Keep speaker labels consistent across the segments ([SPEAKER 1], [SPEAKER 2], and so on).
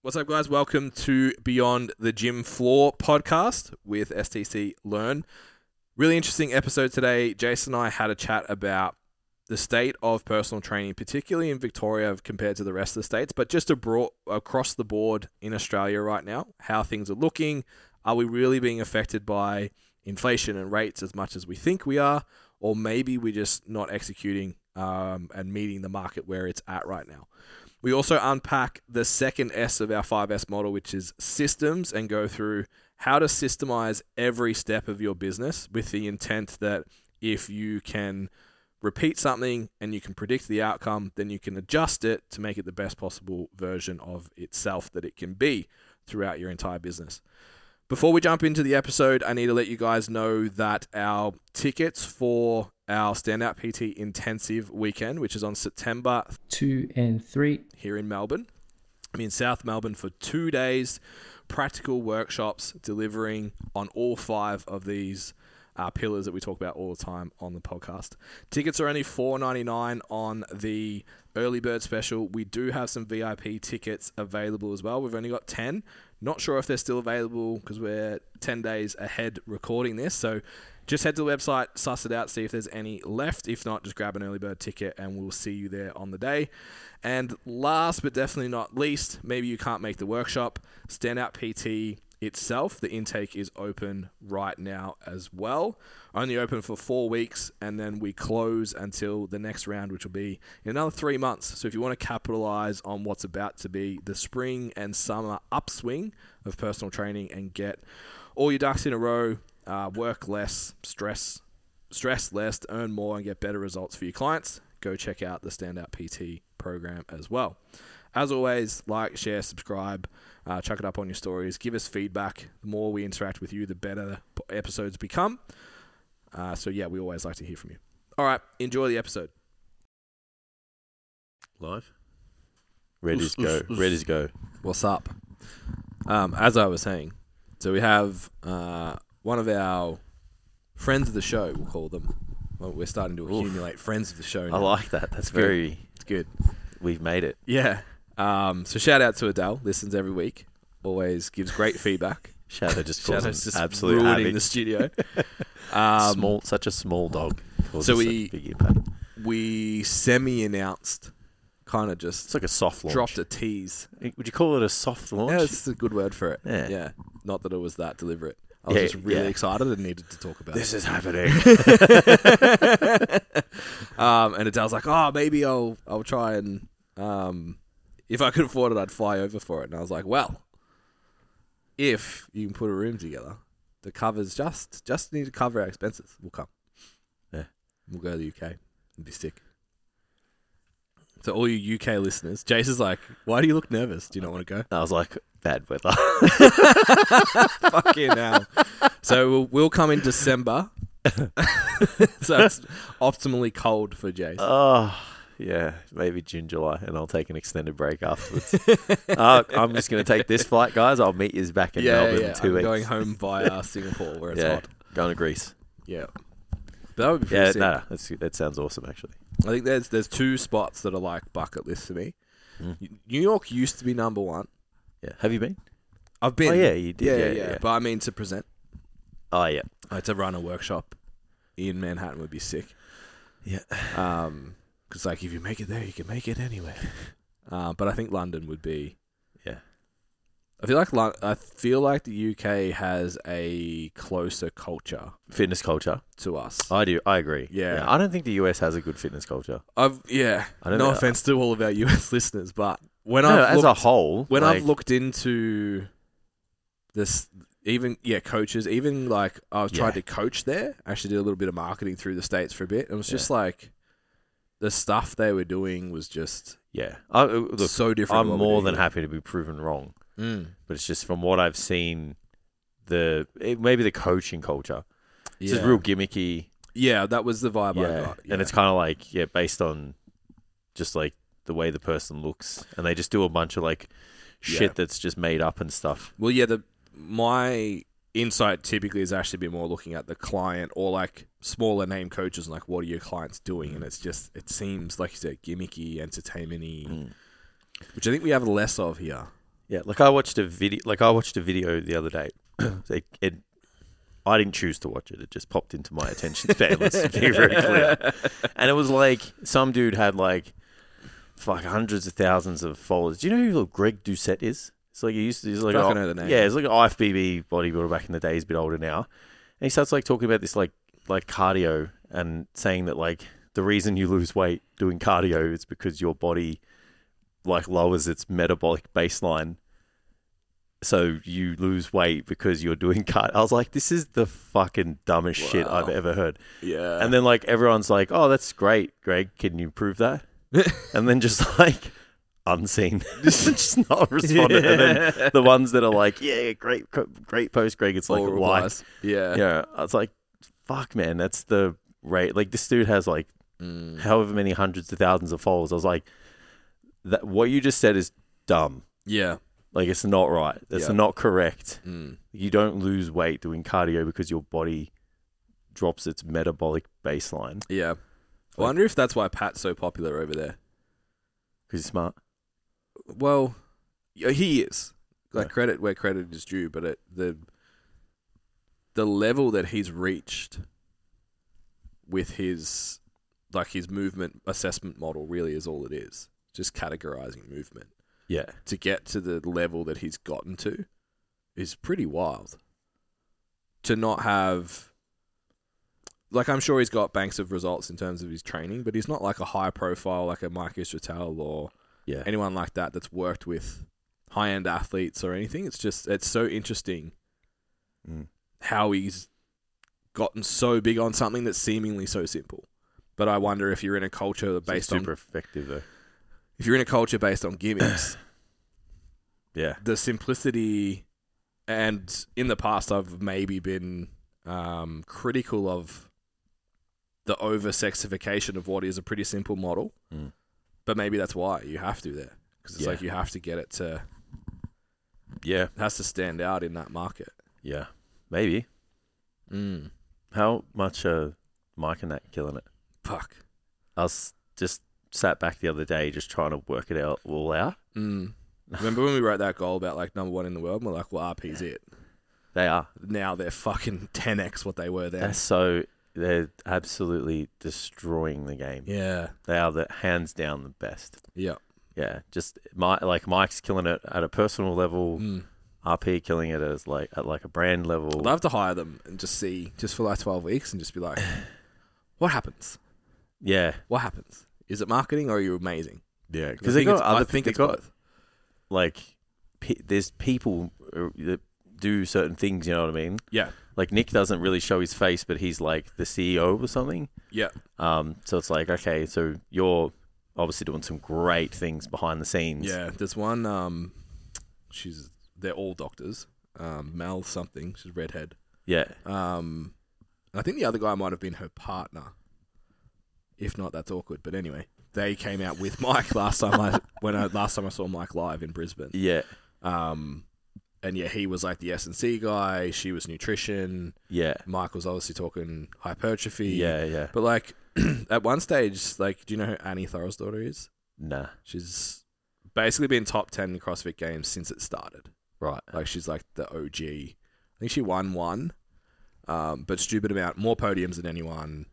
[SPEAKER 1] What's up, guys? Welcome to Beyond the Gym Floor podcast with STC Learn. Really interesting episode today. Jason and I had a chat about the state of personal training, particularly in Victoria compared to the rest of the states, but just abroad, across the board in Australia right now, how things are looking. Are we really being affected by inflation and rates as much as we think we are? Or maybe we're just not executing um, and meeting the market where it's at right now. We also unpack the second S of our 5S model, which is systems, and go through how to systemize every step of your business with the intent that if you can repeat something and you can predict the outcome, then you can adjust it to make it the best possible version of itself that it can be throughout your entire business. Before we jump into the episode, I need to let you guys know that our tickets for our Standout PT Intensive weekend, which is on September
[SPEAKER 2] two and three.
[SPEAKER 1] here in Melbourne. I'm in South Melbourne for two days, practical workshops delivering on all five of these uh, pillars that we talk about all the time on the podcast. Tickets are only $4.99 on the early bird special. We do have some VIP tickets available as well. We've only got 10. Not sure if they're still available because we're 10 days ahead recording this. So just head to the website, suss it out, see if there's any left. If not, just grab an early bird ticket and we'll see you there on the day. And last but definitely not least, maybe you can't make the workshop, Standout PT itself, the intake is open right now as well. Only open for four weeks, and then we close until the next round, which will be in another three months. So if you want to capitalize on what's about to be the spring and summer upswing of personal training and get all your ducks in a row, uh, work less, stress stress less, earn more, and get better results for your clients, go check out the Standout PT program as well. As always, like, share, subscribe, uh, chuck it up on your stories, give us feedback. The more we interact with you, the better p- episodes become. Uh, so, yeah, we always like to hear from you. All right, enjoy the episode.
[SPEAKER 3] Live? Red
[SPEAKER 1] Oof,
[SPEAKER 3] is go.
[SPEAKER 1] oof, oof.
[SPEAKER 3] Red is go.
[SPEAKER 1] What's up? Um, as I was saying, so we have uh, one of our friends of the show, we'll call them. Well, we're starting to
[SPEAKER 3] Oof.
[SPEAKER 1] accumulate friends of the show now.
[SPEAKER 3] I like that. That's
[SPEAKER 1] good.
[SPEAKER 3] very.
[SPEAKER 1] it's good.
[SPEAKER 3] We've made it.
[SPEAKER 1] Yeah. Um, so shout out to Adele, listens every week, always gives great feedback.
[SPEAKER 3] Shadow just
[SPEAKER 1] Shout
[SPEAKER 3] causing
[SPEAKER 1] out's just
[SPEAKER 3] absolute
[SPEAKER 1] ruining
[SPEAKER 3] havoc.
[SPEAKER 1] the studio. Um,
[SPEAKER 3] small, such a small dog. causes
[SPEAKER 1] so
[SPEAKER 3] such
[SPEAKER 1] we-
[SPEAKER 3] big impact.
[SPEAKER 1] We semi-announced, kind of
[SPEAKER 3] It's
[SPEAKER 1] just
[SPEAKER 3] like a soft launch.
[SPEAKER 1] dropped a tease.
[SPEAKER 3] Would you call it a soft launch?
[SPEAKER 1] Yeah, it's a good word for it.
[SPEAKER 3] Yeah.
[SPEAKER 1] Not that it was that deliberate. I was
[SPEAKER 3] Yeah,
[SPEAKER 1] just really
[SPEAKER 3] yeah.
[SPEAKER 1] excited and needed to talk about
[SPEAKER 3] this is happening.
[SPEAKER 1] it. Um, and Adele's like, "Oh, maybe I'll I'll try and um, if I could afford it, I'd fly over for it." And I was like, "Well, if you can put a room together, the covers just just need to cover our expenses. We'll come.
[SPEAKER 3] Yeah.
[SPEAKER 1] we'll go to the UK and be sick." So all you UK listeners, Jace is like, "Why do you look nervous? Do you not want to go?"
[SPEAKER 3] I was like, bad weather.
[SPEAKER 1] Fucking hell. So we'll, we'll come in December. so it's optimally cold for Jace.
[SPEAKER 3] oh, yeah. Maybe June, July, and I'll take an extended break afterwards. uh, I'm just going to take this flight, guys. I'll meet you back in
[SPEAKER 1] yeah,
[SPEAKER 3] Melbourne
[SPEAKER 1] yeah.
[SPEAKER 3] in 2
[SPEAKER 1] I'm
[SPEAKER 3] weeks.
[SPEAKER 1] going home via Singapore where it's
[SPEAKER 3] yeah,
[SPEAKER 1] hot.
[SPEAKER 3] going to Greece.
[SPEAKER 1] Yeah. But that would be pretty
[SPEAKER 3] Yeah,
[SPEAKER 1] sick.
[SPEAKER 3] no, no, that's, that sounds awesome, actually.
[SPEAKER 1] I think there's there's two spots that are like bucket lists for me.
[SPEAKER 3] Mm.
[SPEAKER 1] Y- New York used to be number one.
[SPEAKER 3] Yeah, have you been?
[SPEAKER 1] I've been.
[SPEAKER 3] Oh yeah, you did.
[SPEAKER 1] Yeah,
[SPEAKER 3] Yeah, yeah.
[SPEAKER 1] But I mean to present,
[SPEAKER 3] Oh yeah.
[SPEAKER 1] uh, to run a workshop in Manhattan would be sick.
[SPEAKER 3] Yeah.
[SPEAKER 1] Um, because like if you make it there, you can make it anywhere. Uh, but I think London would be.
[SPEAKER 3] Yeah.
[SPEAKER 1] I feel like Lon- I feel like the UK has a closer culture
[SPEAKER 3] Fitness culture.
[SPEAKER 1] to us.
[SPEAKER 3] I do. I agree.
[SPEAKER 1] Yeah.
[SPEAKER 3] I don't think the US has a good fitness culture.
[SPEAKER 1] I've yeah.
[SPEAKER 3] I
[SPEAKER 1] No
[SPEAKER 3] don't know.
[SPEAKER 1] offense to all of our US listeners, but when
[SPEAKER 3] no,
[SPEAKER 1] I've
[SPEAKER 3] as
[SPEAKER 1] looked,
[SPEAKER 3] a whole,
[SPEAKER 1] when
[SPEAKER 3] like,
[SPEAKER 1] I've looked into this, even yeah, coaches, even like I was tried
[SPEAKER 3] Yeah.
[SPEAKER 1] to coach there. I actually did a little bit of marketing through the states for a bit, and it was just like the stuff they were doing was just
[SPEAKER 3] yeah, I, uh, look,
[SPEAKER 1] so different.
[SPEAKER 3] I'm more than happy to be proven wrong,
[SPEAKER 1] Mm.
[SPEAKER 3] but it's just from what I've seen, the it, maybe the coaching culture. It's
[SPEAKER 1] Yeah.
[SPEAKER 3] just real gimmicky.
[SPEAKER 1] yeah, that was the vibe I
[SPEAKER 3] Yeah,
[SPEAKER 1] got.
[SPEAKER 3] and it's kind of like yeah, based on just like the way the person looks, and they just do a bunch of like shit
[SPEAKER 1] Yeah.
[SPEAKER 3] that's just made up and stuff.
[SPEAKER 1] Well, yeah, the my insight typically has actually been more looking at the client or like smaller name coaches and like what are your clients doing, and it's just it seems like you said gimmicky, entertainmenty,
[SPEAKER 3] Mm.
[SPEAKER 1] which I think we have less of here.
[SPEAKER 3] Yeah, like I watched a video. Like I watched a video the other day. it, it, I didn't choose to watch it. It just popped into my attention span. Let's be very clear. And it was like some dude had like, fuck, hundreds of thousands of followers. Do you know who little Greg Doucette is? It's like he used to. He's like,
[SPEAKER 1] Fuck, I
[SPEAKER 3] oh,
[SPEAKER 1] know the name.
[SPEAKER 3] yeah, he's like an IFBB bodybuilder back in the day. He's a bit older now, and he starts like talking about this like like cardio and saying that like the reason you lose weight doing cardio is because your body like lowers its metabolic baseline. So you lose weight because you're doing cut. I was like, this is the fucking dumbest shit I've
[SPEAKER 1] Wow.
[SPEAKER 3] ever heard.
[SPEAKER 1] Yeah.
[SPEAKER 3] And then like everyone's like, oh, that's great, Greg. Can you prove that? and then just like unseen, just not responded. And then the ones that are like, yeah, great, great post, Greg. It's like,
[SPEAKER 1] All
[SPEAKER 3] why?
[SPEAKER 1] replies. Yeah.
[SPEAKER 3] Yeah, I was like, fuck, man, that's the rate. Like this dude has like
[SPEAKER 1] Mm.
[SPEAKER 3] however many hundreds of thousands of followers. I was like, that what you just said is dumb.
[SPEAKER 1] Yeah.
[SPEAKER 3] Like it's not right. It's
[SPEAKER 1] Yeah.
[SPEAKER 3] not correct.
[SPEAKER 1] Mm.
[SPEAKER 3] You don't lose weight doing cardio because your body drops its metabolic baseline
[SPEAKER 1] Yeah. I wonder if that's why Pat's so popular over there.
[SPEAKER 3] because you're smart.
[SPEAKER 1] Well, yeah, he is. Like
[SPEAKER 3] Yeah.
[SPEAKER 1] credit where credit is due, but it, the the level that he's reached with his like his movement assessment model really is all it is. Just categorizing movement
[SPEAKER 3] Yeah.
[SPEAKER 1] to get to the level that he's gotten to is pretty wild. To not have like I'm sure he's got banks of results in terms of his training, but he's not like a high profile like a Mike Istratel or
[SPEAKER 3] Yeah.
[SPEAKER 1] anyone like that that's worked with high end athletes or anything. It's just it's so interesting
[SPEAKER 3] Mm.
[SPEAKER 1] how he's gotten so big on something that's seemingly so simple. But I wonder if you're in a culture
[SPEAKER 3] So
[SPEAKER 1] based
[SPEAKER 3] super
[SPEAKER 1] on
[SPEAKER 3] effective though.
[SPEAKER 1] if you're in a culture based on gimmicks,
[SPEAKER 3] Yeah.
[SPEAKER 1] the simplicity and in the past I've maybe been um, critical of the over sexification of what is a pretty simple model.
[SPEAKER 3] Mm.
[SPEAKER 1] But maybe that's why you have to there. Because it's
[SPEAKER 3] Yeah.
[SPEAKER 1] like you have to get it to
[SPEAKER 3] Yeah.
[SPEAKER 1] has to stand out in that market.
[SPEAKER 3] Yeah. Maybe.
[SPEAKER 1] Mm.
[SPEAKER 3] How much are Mike and that killing it?
[SPEAKER 1] Fuck.
[SPEAKER 3] I was just sat back the other day just trying to work it out all out.
[SPEAKER 1] Mm. Remember when we wrote that goal about like number one in the world? And we're like, well, RP's it.
[SPEAKER 3] They are.
[SPEAKER 1] Now they're fucking 10x what they were then.
[SPEAKER 3] They're so they're absolutely destroying the game.
[SPEAKER 1] yeah.
[SPEAKER 3] They are the hands down the best.
[SPEAKER 1] Yeah.
[SPEAKER 3] Yeah, just my like Mike's killing it at a personal level.
[SPEAKER 1] Mm.
[SPEAKER 3] RP killing it as like at like a brand level.
[SPEAKER 1] I'd love to hire them and just see, just for like 12 weeks and just be like, what happens?
[SPEAKER 3] Yeah,
[SPEAKER 1] What happens? Is it marketing or are you amazing?
[SPEAKER 3] yeah. Because
[SPEAKER 1] I
[SPEAKER 3] they
[SPEAKER 1] think
[SPEAKER 3] got
[SPEAKER 1] it's-
[SPEAKER 3] other.
[SPEAKER 1] I think
[SPEAKER 3] they
[SPEAKER 1] it's
[SPEAKER 3] got
[SPEAKER 1] both.
[SPEAKER 3] like pe- there's people uh, that do certain things. You know what I mean?
[SPEAKER 1] Yeah.
[SPEAKER 3] Like Nick doesn't really show his face, but he's like the CEO or something.
[SPEAKER 1] Yeah.
[SPEAKER 3] Um. So it's like okay, so you're obviously doing some great things behind the scenes.
[SPEAKER 1] Yeah, there's one. Um, she's they're all doctors. Um, Mel something. She's redhead.
[SPEAKER 3] Yeah.
[SPEAKER 1] Um, I think the other guy might have been her partner. If not, that's awkward. But anyway, they came out with Mike last time I when I last time I saw Mike live in Brisbane.
[SPEAKER 3] Yeah.
[SPEAKER 1] Um, and yeah, he was like the S and C guy. She was nutrition.
[SPEAKER 3] Yeah.
[SPEAKER 1] Mike was obviously talking hypertrophy.
[SPEAKER 3] Yeah. Yeah.
[SPEAKER 1] but like at one stage, like, do you know who Annie Thorell's daughter is?
[SPEAKER 3] Nah.
[SPEAKER 1] She's basically been top ten in CrossFit Games since it started.
[SPEAKER 3] Right.
[SPEAKER 1] Like she's like the OG. I think she won one, um, but stupid amount more podiums than anyone.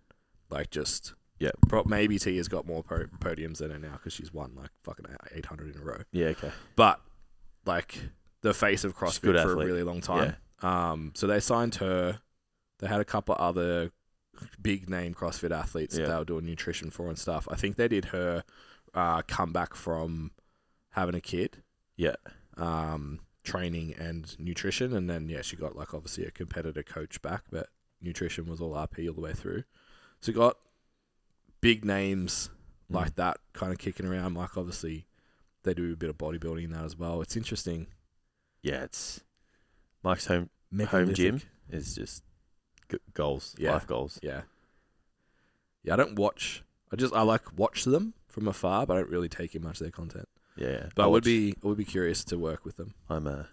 [SPEAKER 1] Like just
[SPEAKER 3] Yeah.
[SPEAKER 1] Pro- maybe T has got more po- podiums than her now because she's won like fucking eight hundred in a row.
[SPEAKER 3] Yeah. Okay.
[SPEAKER 1] But like the face of CrossFit
[SPEAKER 3] good
[SPEAKER 1] for a
[SPEAKER 3] athlete.
[SPEAKER 1] really long time. Um, so they signed her. They had a couple other big name CrossFit athletes
[SPEAKER 3] Yeah.
[SPEAKER 1] that they were doing nutrition for and stuff. I think they did her uh, come back from having a kid
[SPEAKER 3] Yeah.
[SPEAKER 1] um, training and nutrition. And then, yeah, she got like obviously a competitor coach back, but nutrition was all RP all the way through. So got big names
[SPEAKER 3] Mm.
[SPEAKER 1] like that kind of kicking around. Like, obviously, they do a bit of bodybuilding in that as well. It's interesting.
[SPEAKER 3] Yeah. It's Mike's home home
[SPEAKER 1] Megalithic.
[SPEAKER 3] gym is just g- goals,
[SPEAKER 1] Yeah.
[SPEAKER 3] life goals.
[SPEAKER 1] Yeah. Yeah, I don't watch. I just, I like watch them from afar, but I don't really take in much of their content.
[SPEAKER 3] Yeah,
[SPEAKER 1] But I, would
[SPEAKER 3] watch-
[SPEAKER 1] be, I would be curious to work with them.
[SPEAKER 3] I'm a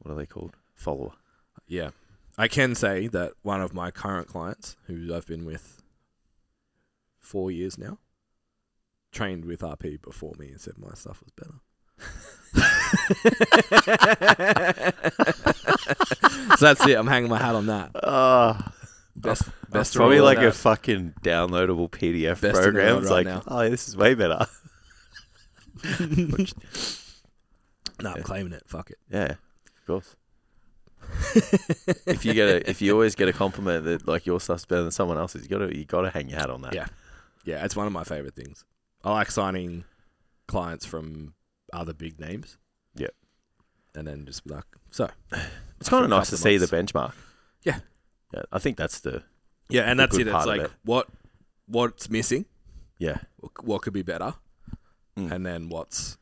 [SPEAKER 3] what are they called? Follower.
[SPEAKER 1] Yeah. I can say that one of my current clients, who I've been with four years now, trained with RP before me and said my stuff was better. So that's it. I'm hanging my hat on that. Uh,
[SPEAKER 3] Ah.
[SPEAKER 1] Best, best
[SPEAKER 3] It's probably
[SPEAKER 1] reward
[SPEAKER 3] like a
[SPEAKER 1] out.
[SPEAKER 3] fucking downloadable PDF
[SPEAKER 1] Best in the
[SPEAKER 3] program.
[SPEAKER 1] world
[SPEAKER 3] It's
[SPEAKER 1] right
[SPEAKER 3] like,
[SPEAKER 1] now.
[SPEAKER 3] oh, this is way better.
[SPEAKER 1] No, I'm claiming it. Fuck it.
[SPEAKER 3] Yeah, of course. if you get a, if you always get a compliment that like your stuff's better than someone else's, you gotta you gotta hang your hat on that.
[SPEAKER 1] Yeah. Yeah, it's one of my favorite things. I like signing clients from other big names.
[SPEAKER 3] Yeah.
[SPEAKER 1] And then just be like, so.
[SPEAKER 3] it's kind
[SPEAKER 1] for
[SPEAKER 3] of
[SPEAKER 1] a
[SPEAKER 3] nice to
[SPEAKER 1] couple of
[SPEAKER 3] see the
[SPEAKER 1] months.
[SPEAKER 3] benchmark.
[SPEAKER 1] Yeah.
[SPEAKER 3] yeah. I think that's the
[SPEAKER 1] Yeah, and
[SPEAKER 3] The
[SPEAKER 1] that's
[SPEAKER 3] good
[SPEAKER 1] it. It's
[SPEAKER 3] part of
[SPEAKER 1] like
[SPEAKER 3] it.
[SPEAKER 1] what what's missing,
[SPEAKER 3] yeah.
[SPEAKER 1] what could be better,
[SPEAKER 3] Mm.
[SPEAKER 1] and then what's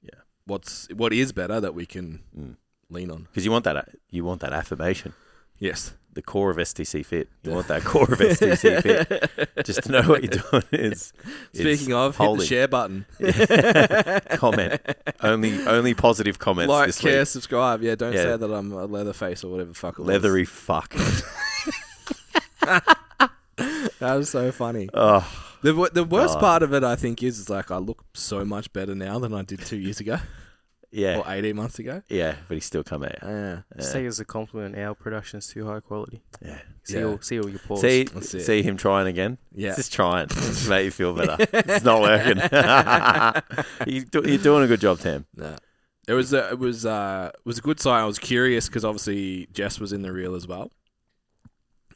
[SPEAKER 3] Yeah.
[SPEAKER 1] what's what is better that we can
[SPEAKER 3] Mm.
[SPEAKER 1] lean on.
[SPEAKER 3] Because you want that you want that affirmation,
[SPEAKER 1] Yes.
[SPEAKER 3] the core of STC Fit. You want that core of STC Fit just to know what you're doing is. is
[SPEAKER 1] Speaking of, hit the
[SPEAKER 3] holding.
[SPEAKER 1] share button.
[SPEAKER 3] comment only only positive comments
[SPEAKER 1] like,
[SPEAKER 3] this
[SPEAKER 1] care,
[SPEAKER 3] week.
[SPEAKER 1] subscribe. Yeah, don't
[SPEAKER 3] Yeah.
[SPEAKER 1] say that I'm a leather face or whatever the fuck it was.
[SPEAKER 3] Leathery fuck.
[SPEAKER 1] That was so funny.
[SPEAKER 3] oh,
[SPEAKER 1] The, wo- the worst
[SPEAKER 3] God.
[SPEAKER 1] part of it, I think, is, is like I look so much better now than I did two years ago
[SPEAKER 3] yeah,
[SPEAKER 1] or 18 months ago.
[SPEAKER 3] yeah. But he still come out.
[SPEAKER 1] Yeah.
[SPEAKER 3] Yeah.
[SPEAKER 2] Just take it as a compliment. Our production's too high quality.
[SPEAKER 3] Yeah.
[SPEAKER 2] See
[SPEAKER 1] Yeah.
[SPEAKER 2] all, see all your pause.
[SPEAKER 3] See,
[SPEAKER 1] That's it.
[SPEAKER 3] see him trying again.
[SPEAKER 1] Yeah.
[SPEAKER 3] Just trying. Just make you feel better. it's not working. you do, you're doing a good job, Tam.
[SPEAKER 1] No. It was a, it was uh it was a good sign. I was curious because obviously Jess was in the reel as well.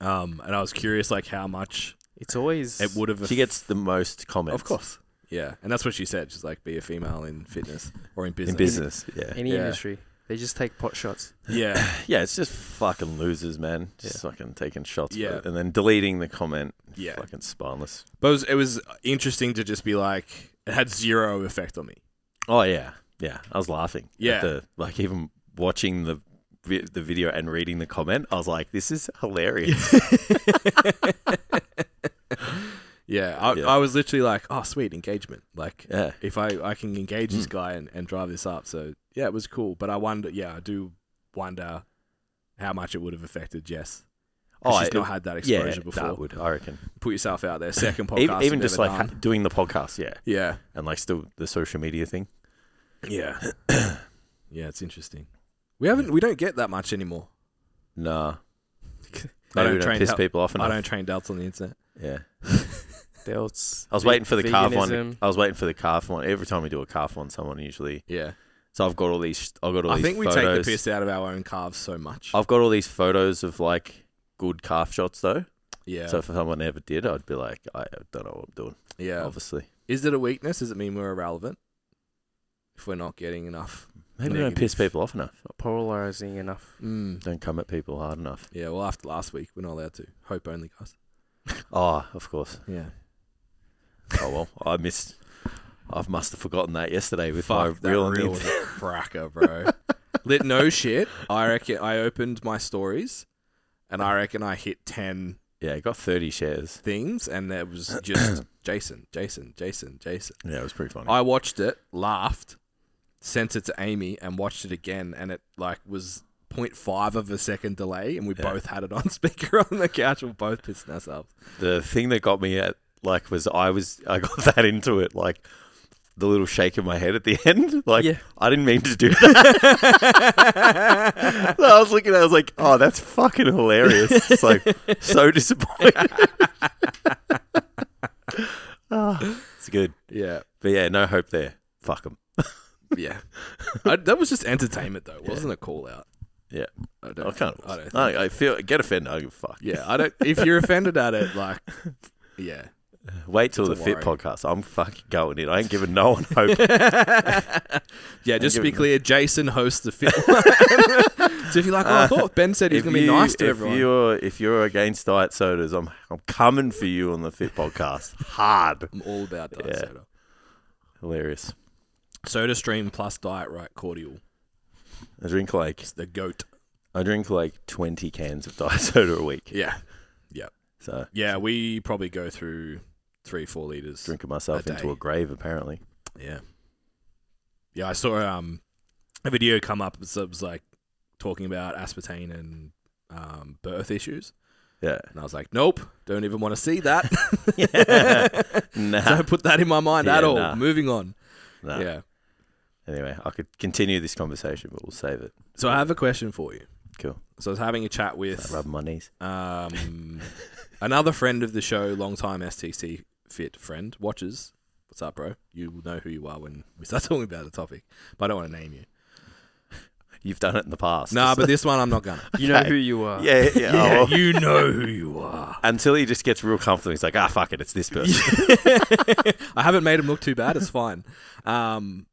[SPEAKER 1] Um, and I was curious like how much
[SPEAKER 2] it's always
[SPEAKER 1] it would have.
[SPEAKER 3] She gets the most comments.
[SPEAKER 1] of course, yeah, and that's what she said. She's like, be a female in fitness or in business.
[SPEAKER 3] In business. Yeah.
[SPEAKER 2] any
[SPEAKER 1] yeah.
[SPEAKER 2] industry. They just take pot shots.
[SPEAKER 1] yeah,
[SPEAKER 3] Yeah, it's just fucking losers, man. Just fucking taking shots
[SPEAKER 1] Yeah.
[SPEAKER 3] yeah. and then deleting the comment.
[SPEAKER 1] Yeah.
[SPEAKER 3] Fucking spineless.
[SPEAKER 1] but it was, it was interesting to just be like, it had zero effect on me.
[SPEAKER 3] Oh, yeah. Yeah. I was laughing. at
[SPEAKER 1] Yeah.
[SPEAKER 3] the- like, even watching the vi- the video and reading the comment, I was like, this is hilarious.
[SPEAKER 1] Yeah, I,
[SPEAKER 3] Yeah.
[SPEAKER 1] I was literally like, oh, sweet engagement. Like,
[SPEAKER 3] yeah.
[SPEAKER 1] if I I can engage
[SPEAKER 3] Hmm.
[SPEAKER 1] this guy and, and drive this up, so yeah, it was cool. But I wonder, yeah, I do wonder how much it would have affected Jess. Oh, she's
[SPEAKER 3] it-
[SPEAKER 1] not had that
[SPEAKER 3] yeah,
[SPEAKER 1] exposure before.
[SPEAKER 3] that would, I reckon.
[SPEAKER 1] Put yourself out there. Second podcast,
[SPEAKER 3] Even, even
[SPEAKER 1] you've
[SPEAKER 3] just
[SPEAKER 1] ever
[SPEAKER 3] like
[SPEAKER 1] done.
[SPEAKER 3] ha- doing the podcast, yeah.
[SPEAKER 1] yeah,
[SPEAKER 3] and like still the social media thing.
[SPEAKER 1] yeah, yeah. It's interesting. We haven't, we don't get that much anymore. I
[SPEAKER 3] Nah, maybe
[SPEAKER 1] don't
[SPEAKER 3] we
[SPEAKER 1] train
[SPEAKER 3] piss
[SPEAKER 1] help-
[SPEAKER 3] people off
[SPEAKER 1] I
[SPEAKER 3] enough.
[SPEAKER 1] don't train delts on the internet.
[SPEAKER 3] yeah,
[SPEAKER 2] Delts.
[SPEAKER 3] I was
[SPEAKER 2] ve-
[SPEAKER 3] waiting for the calf one.
[SPEAKER 2] veganism.
[SPEAKER 3] I was waiting for the calf one. Every time we do a calf one, someone usually.
[SPEAKER 1] Yeah,
[SPEAKER 3] So I've got all these. I've got all
[SPEAKER 1] I
[SPEAKER 3] these.
[SPEAKER 1] think we
[SPEAKER 3] photos. Oh,
[SPEAKER 1] take the piss out of our own calves so much.
[SPEAKER 3] I've got all these photos of like good calf shots though.
[SPEAKER 1] yeah,
[SPEAKER 3] So if someone ever did, I'd be like, I don't know what I'm doing.
[SPEAKER 1] yeah.
[SPEAKER 3] Obviously,
[SPEAKER 1] Is it a weakness? Does it mean we're irrelevant if we're not getting enough?
[SPEAKER 3] maybe we don't piss
[SPEAKER 1] Negative.
[SPEAKER 3] people off enough.
[SPEAKER 2] Polarizing enough.
[SPEAKER 1] Mm.
[SPEAKER 3] Don't come at people hard enough.
[SPEAKER 1] Yeah, well, after last week, we're not allowed to. Hope only, guys.
[SPEAKER 3] Oh, of course.
[SPEAKER 1] Yeah.
[SPEAKER 3] Oh well, I missed. I must have forgotten that yesterday with
[SPEAKER 1] Fuck,
[SPEAKER 3] my
[SPEAKER 1] that
[SPEAKER 3] real
[SPEAKER 1] reel was a cracker, bro. Lit no shit. I reckon I opened my stories and I reckon I hit 10
[SPEAKER 3] Yeah, it got 30 shares.
[SPEAKER 1] things and there was just Jason, Jason, Jason, Jason.
[SPEAKER 3] Yeah, it was pretty funny.
[SPEAKER 1] I watched it, laughed, sent it to Amy and watched it again and it like was 0.5 of a second delay and we
[SPEAKER 3] Yeah.
[SPEAKER 1] both had it on speaker on the couch. We We're both pissing ourselves.
[SPEAKER 3] the thing that got me at like was I was I got that into it like the little shake of my head at the end like
[SPEAKER 1] Yeah.
[SPEAKER 3] I didn't mean to do that. So I was looking at it, I was like oh that's fucking hilarious it's like so disappointing Ah, it's good
[SPEAKER 1] Yeah.
[SPEAKER 3] but yeah no hope there fuck them
[SPEAKER 1] Yeah. I, that was just entertainment though. It wasn't a call out.
[SPEAKER 3] yeah
[SPEAKER 1] I don't
[SPEAKER 3] I can't
[SPEAKER 1] I don't
[SPEAKER 3] I, I feel get offended I give a fuck
[SPEAKER 1] Yeah, I don't. If you're offended at it, like, yeah,
[SPEAKER 3] wait till the
[SPEAKER 1] It's a
[SPEAKER 3] fit
[SPEAKER 1] worry.
[SPEAKER 3] podcast I'm fucking going in I ain't giving no one hope
[SPEAKER 1] yeah. Just to
[SPEAKER 3] give
[SPEAKER 1] be
[SPEAKER 3] it-
[SPEAKER 1] clear, Jason hosts the film. so if you're like, oh, I thought Ben said he's
[SPEAKER 3] Uh, if
[SPEAKER 1] gonna be
[SPEAKER 3] you-
[SPEAKER 1] nice to
[SPEAKER 3] if
[SPEAKER 1] everyone.
[SPEAKER 3] You're, if you're against diet sodas, I'm I'm coming for you on the Fit Podcast. Hard.
[SPEAKER 1] I'm all about diet
[SPEAKER 3] Yeah.
[SPEAKER 1] soda.
[SPEAKER 3] Hilarious.
[SPEAKER 1] Soda Stream plus Diet Right Cordial.
[SPEAKER 3] I drink like
[SPEAKER 1] It's the goat.
[SPEAKER 3] I drink like twenty cans of diet soda a week.
[SPEAKER 1] Yeah,
[SPEAKER 3] So
[SPEAKER 1] yeah. We probably go through three, four liters.
[SPEAKER 3] drinking myself
[SPEAKER 1] A
[SPEAKER 3] into
[SPEAKER 1] day.
[SPEAKER 3] a grave apparently.
[SPEAKER 1] Yeah, yeah. I saw um a video come up. It was like talking about aspartame and um, birth issues,
[SPEAKER 3] Yeah.
[SPEAKER 1] and I was like, nope, don't even want to see that.
[SPEAKER 3] nah.
[SPEAKER 1] Don't put that in my mind at
[SPEAKER 3] Yeah,
[SPEAKER 1] all.
[SPEAKER 3] nah.
[SPEAKER 1] Moving on.
[SPEAKER 3] nah.
[SPEAKER 1] Yeah.
[SPEAKER 3] Anyway, I could continue this conversation, but we'll save it.
[SPEAKER 1] So I have a question for you.
[SPEAKER 3] Cool.
[SPEAKER 1] So I was having a chat
[SPEAKER 3] Start
[SPEAKER 1] with
[SPEAKER 3] rubbing my knees.
[SPEAKER 1] um, another friend of the show, longtime STC fit friend, watches. What's up, bro? You will know who you are when we start talking about the topic, but I don't want to name you.
[SPEAKER 3] You've done it in the past.
[SPEAKER 1] Nah, but this one I'm not gonna.
[SPEAKER 2] You know
[SPEAKER 3] Okay.
[SPEAKER 2] who you are.
[SPEAKER 3] yeah, yeah.
[SPEAKER 1] Yeah,
[SPEAKER 3] yeah oh, well.
[SPEAKER 1] you know who you are.
[SPEAKER 3] until he just gets real comfortable, he's like, ah, fuck it, it's this person.
[SPEAKER 1] I haven't made him look too bad. It's fine. Um,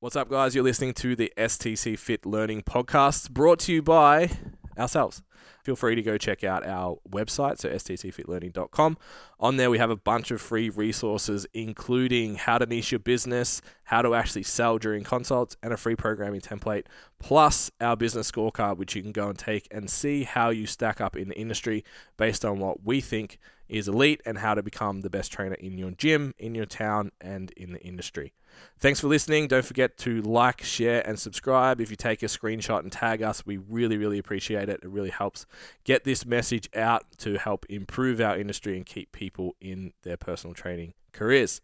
[SPEAKER 1] what's up, guys? You're listening to the STC Fit Learning Podcast brought to you by ourselves. Feel free to go check out our website, so stcfitlearning.com. On there, we have a bunch of free resources, including how to niche your business, how to actually sell during consults, and a free programming template, plus our business scorecard, which you can go and take and see how you stack up in the industry based on what we think is elite and how to become the best trainer in your gym, in your town, and in the industry. Thanks for listening. Don't forget to like, share, and subscribe. If you take a screenshot and tag us, we really, really appreciate it. It really helps get this message out to help improve our industry and keep people in their personal training careers.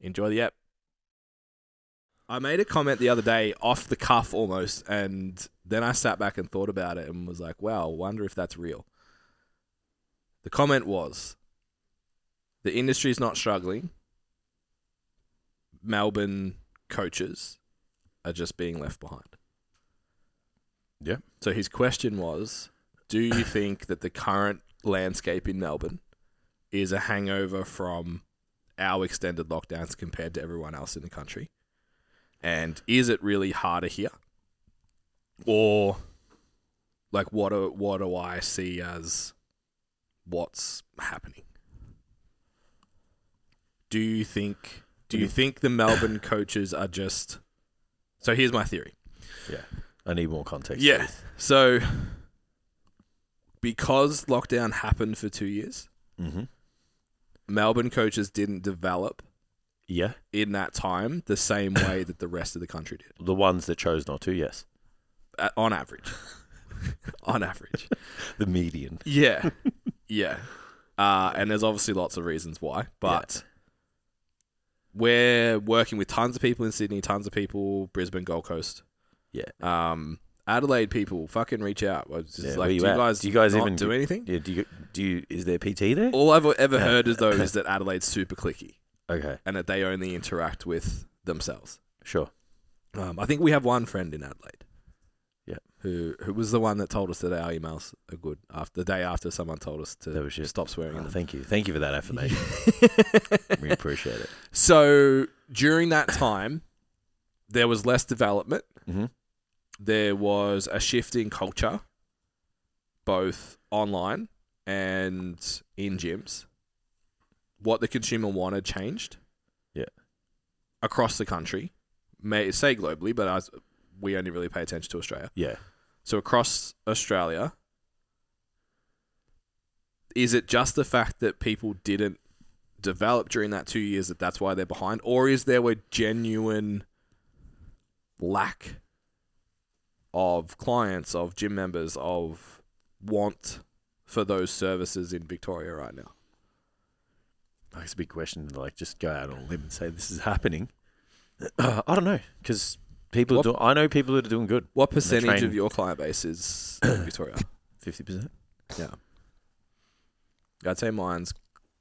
[SPEAKER 1] Enjoy the app. I made a comment the other day off the cuff almost, and then I sat back and thought about it and was like, wow, wonder if that's real. The comment was the industry is not struggling. Melbourne coaches are just being left behind.
[SPEAKER 3] Yeah.
[SPEAKER 1] So his question was Do you think that the current landscape in Melbourne is a hangover from our extended lockdowns compared to everyone else in the country? And is it really harder here? Or like what do, what do I see as what's happening? Do you think do you think the Melbourne coaches are just So here's my theory.
[SPEAKER 3] I need more context.
[SPEAKER 1] Yeah. So because lockdown happened for 2 years,
[SPEAKER 3] Mm-hmm.
[SPEAKER 1] Melbourne coaches didn't develop
[SPEAKER 3] Yeah.
[SPEAKER 1] in that time the same way that the rest of the country did.
[SPEAKER 3] The ones that chose not to, yes.
[SPEAKER 1] uh, on average. on average.
[SPEAKER 3] The median.
[SPEAKER 1] Yeah. Yeah. Uh, and there's obviously lots of reasons why, but we're working with tons of people in Sydney, tons of people Brisbane, Gold Coast.
[SPEAKER 3] Yeah.
[SPEAKER 1] Um, Adelaide people, fucking reach out. I was just
[SPEAKER 3] Yeah,
[SPEAKER 1] like,
[SPEAKER 3] where
[SPEAKER 1] do
[SPEAKER 3] you
[SPEAKER 1] you
[SPEAKER 3] at?
[SPEAKER 1] guys,
[SPEAKER 3] Do you guys
[SPEAKER 1] not
[SPEAKER 3] even-
[SPEAKER 1] do anything?
[SPEAKER 3] Yeah, do you do you is there PT there?
[SPEAKER 1] All I've ever heard is though is that Adelaide's super clicky
[SPEAKER 3] Okay.
[SPEAKER 1] and that they only interact with themselves.
[SPEAKER 3] Sure.
[SPEAKER 1] Um, I think we have one friend in Adelaide.
[SPEAKER 3] Yeah.
[SPEAKER 1] Who who was the one that told us that our emails are good after the day after someone told us
[SPEAKER 3] That
[SPEAKER 1] to
[SPEAKER 3] was just
[SPEAKER 1] stop swearing in
[SPEAKER 3] Oh,
[SPEAKER 1] them.
[SPEAKER 3] thank you. Thank you for that affirmation. we appreciate it.
[SPEAKER 1] So during that time, there was less development.
[SPEAKER 3] Mm-hmm.
[SPEAKER 1] There was a shift in culture, both online and in gyms. What the consumer wanted changed.
[SPEAKER 3] Yeah.
[SPEAKER 1] Across the country, may say globally, but I, we only really pay attention to Australia.
[SPEAKER 3] Yeah.
[SPEAKER 1] So across Australia, is it just the fact that people didn't develop during that two years that that's why they're behind, or is there a genuine lack of clients, of gym members, of want for those services in Victoria right now?
[SPEAKER 3] Like, it's a big question to like just go out on a limb and say this is happening. Uh, I don't know because people
[SPEAKER 1] What-
[SPEAKER 3] are do- I know people that are doing good.
[SPEAKER 1] What percentage of
[SPEAKER 3] training.
[SPEAKER 1] your client base is in Victoria?
[SPEAKER 3] Fifty percent.
[SPEAKER 1] I'd say mine's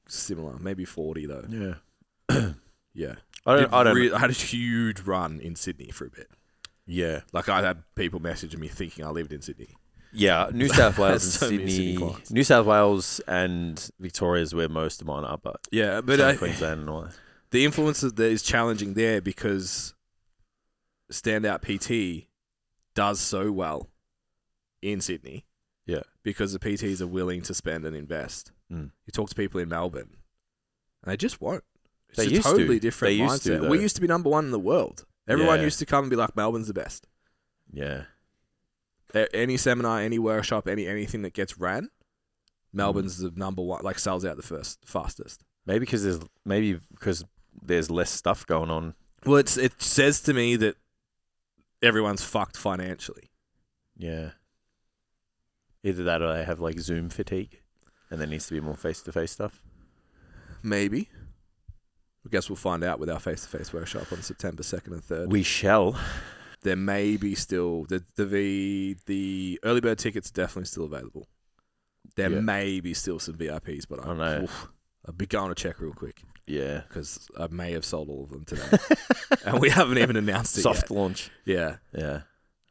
[SPEAKER 1] similar, maybe forty though.
[SPEAKER 3] Yeah.
[SPEAKER 1] Yeah,
[SPEAKER 3] I don't.
[SPEAKER 1] Did
[SPEAKER 3] I don't.
[SPEAKER 1] re- I had a huge run in Sydney for a bit.
[SPEAKER 3] yeah.
[SPEAKER 1] Like I had people messaging me thinking I lived in Sydney.
[SPEAKER 3] Yeah. New South Wales and
[SPEAKER 1] So many
[SPEAKER 3] Sydney.
[SPEAKER 1] Sydney clients.
[SPEAKER 3] New South Wales and Victoria is where most of mine are, but,
[SPEAKER 1] Yeah, but
[SPEAKER 3] South
[SPEAKER 1] I,
[SPEAKER 3] Queensland and all that.
[SPEAKER 1] the influence of that is challenging there because standout PT does so well in Sydney.
[SPEAKER 3] Yeah.
[SPEAKER 1] because the PTs are willing to spend and invest.
[SPEAKER 3] Mm.
[SPEAKER 1] You talk to people in Melbourne, and they just won't. It's
[SPEAKER 3] They
[SPEAKER 1] a
[SPEAKER 3] used to.
[SPEAKER 1] totally different
[SPEAKER 3] They used to,
[SPEAKER 1] mindset.
[SPEAKER 3] though.
[SPEAKER 1] we used to be number one in the world. Everyone
[SPEAKER 3] Yeah.
[SPEAKER 1] used to come and be like, "Melbourne's the best."
[SPEAKER 3] Yeah.
[SPEAKER 1] A- Any seminar, any workshop, any anything that gets ran, Melbourne's the number one. Like sells out the first fastest.
[SPEAKER 3] Maybe because there's maybe because there's less stuff going on.
[SPEAKER 1] Well, it's it says to me that everyone's fucked financially.
[SPEAKER 3] Yeah. Either that or they have like Zoom fatigue, and there needs to be more face to face stuff.
[SPEAKER 1] Maybe. I guess we'll find out with our face to face workshop on September 2nd and 3rd.
[SPEAKER 3] We shall.
[SPEAKER 1] there may be still the the the, the early bird tickets are definitely still available. There
[SPEAKER 3] Yeah.
[SPEAKER 1] may be still some VIPs, but
[SPEAKER 3] I
[SPEAKER 1] I'm,
[SPEAKER 3] know.
[SPEAKER 1] oof, I'll be going to check real quick
[SPEAKER 3] Yeah.
[SPEAKER 1] because I may have sold all of them today, and we haven't even announced it
[SPEAKER 3] soft launch.
[SPEAKER 1] yet. Yeah,
[SPEAKER 3] Yeah.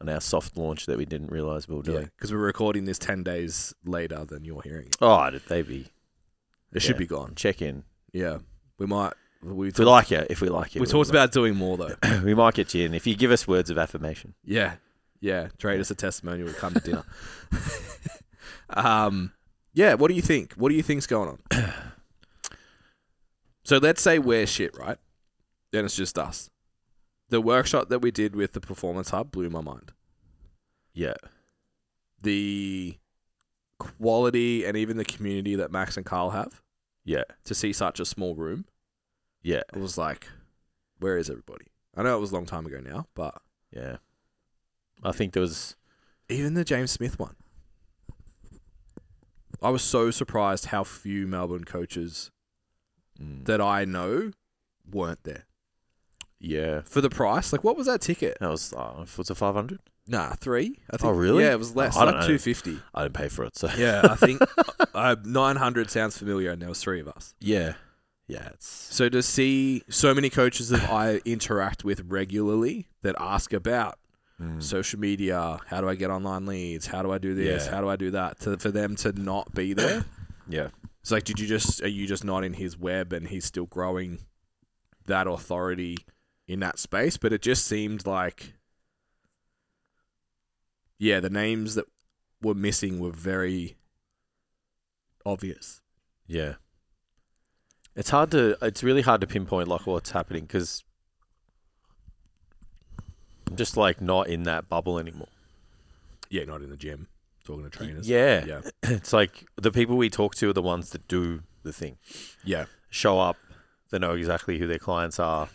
[SPEAKER 3] And our soft launch that we didn't realize we were
[SPEAKER 1] yeah,
[SPEAKER 3] doing.
[SPEAKER 1] because we're recording this ten days later than you're hearing it.
[SPEAKER 3] Oh, did they be
[SPEAKER 1] It should
[SPEAKER 3] Yeah.
[SPEAKER 1] be gone.
[SPEAKER 3] check in?
[SPEAKER 1] Yeah, we might. We
[SPEAKER 3] If we
[SPEAKER 1] talked,
[SPEAKER 3] like it, if we like it,
[SPEAKER 1] we talked about doing more though.
[SPEAKER 3] about we might get you in if you give us words of affirmation.
[SPEAKER 1] Yeah. Yeah. Trade us a testimonial. We'll come to dinner. um, yeah. What do you think? What do you think's going on? so let's say we're shit, right? Then it's just us. The workshop that we did with the Performance Hub blew my mind.
[SPEAKER 3] Yeah,
[SPEAKER 1] The quality and even the community that Max and Carl have
[SPEAKER 3] yeah,
[SPEAKER 1] to see such a small room,
[SPEAKER 3] yeah,
[SPEAKER 1] it was like, where is everybody? I know it was a long time ago now, but
[SPEAKER 3] yeah. I think there was
[SPEAKER 1] Even the James Smith one. I was so surprised how few Melbourne coaches
[SPEAKER 3] mm,
[SPEAKER 1] that I know weren't there.
[SPEAKER 3] yeah.
[SPEAKER 1] For the price, like what was that ticket?
[SPEAKER 3] That was uh, if it was a five hundred.
[SPEAKER 1] Nah, three. I
[SPEAKER 3] Oh, really?
[SPEAKER 1] Yeah, it was less.
[SPEAKER 3] I don't
[SPEAKER 1] like
[SPEAKER 3] know.
[SPEAKER 1] two fifty.
[SPEAKER 3] I didn't pay for it, so
[SPEAKER 1] Yeah, I think uh, nine hundred sounds familiar, and there was three of us.
[SPEAKER 3] yeah, yeah. It's
[SPEAKER 1] So to see so many coaches that I interact with regularly that ask about
[SPEAKER 3] mm,
[SPEAKER 1] social media, how do I get online leads, how do I do this,
[SPEAKER 3] Yeah.
[SPEAKER 1] how do I do that, to, for them to not be there.
[SPEAKER 3] yeah,
[SPEAKER 1] It's like, did you just are you just not in his web and he's still growing that authority in that space? But it just seemed like, yeah, the names that were missing were very obvious.
[SPEAKER 3] yeah. It's hard to. It's really hard to pinpoint like what's happening because I'm just like not in that bubble anymore.
[SPEAKER 1] Yeah, not in the gym, talking to trainers.
[SPEAKER 3] Yeah,
[SPEAKER 1] yeah,
[SPEAKER 3] it's like the people we talk to are the ones that do the thing.
[SPEAKER 1] yeah,
[SPEAKER 3] show up, they know exactly who their clients are.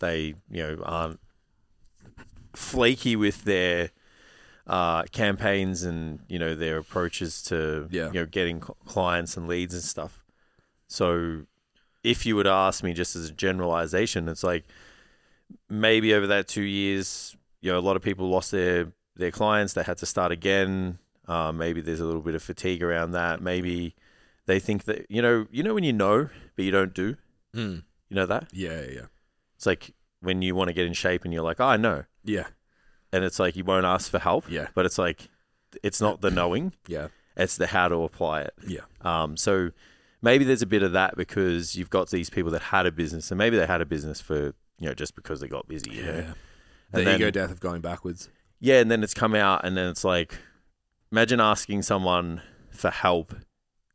[SPEAKER 3] They, you know, aren't flaky with their uh, campaigns and you know their approaches to
[SPEAKER 1] Yeah.
[SPEAKER 3] you know getting cl- clients and leads and stuff. So, if you would ask me, just as a generalization, it's like maybe over that two years, you know, a lot of people lost their their clients. They had to start again. Uh, maybe there's a little bit of fatigue around that. Maybe they think that you know, you know, when you know but you don't do.
[SPEAKER 1] mm.
[SPEAKER 3] You know that
[SPEAKER 1] yeah, yeah, yeah,
[SPEAKER 3] it's like when you want to get in shape and you're like, oh, I know,
[SPEAKER 1] yeah,
[SPEAKER 3] and it's like you won't ask for help.
[SPEAKER 1] Yeah.
[SPEAKER 3] but it's like it's not the knowing;
[SPEAKER 1] yeah,
[SPEAKER 3] it's the how to apply it.
[SPEAKER 1] yeah,
[SPEAKER 3] Um, so maybe there's a bit of that because you've got these people that had a business, and maybe they had a business for you know just because they got busy. you know?
[SPEAKER 1] The
[SPEAKER 3] And then-
[SPEAKER 1] ego death of going backwards.
[SPEAKER 3] Yeah, and then it's come out, and then it's like, imagine asking someone for help,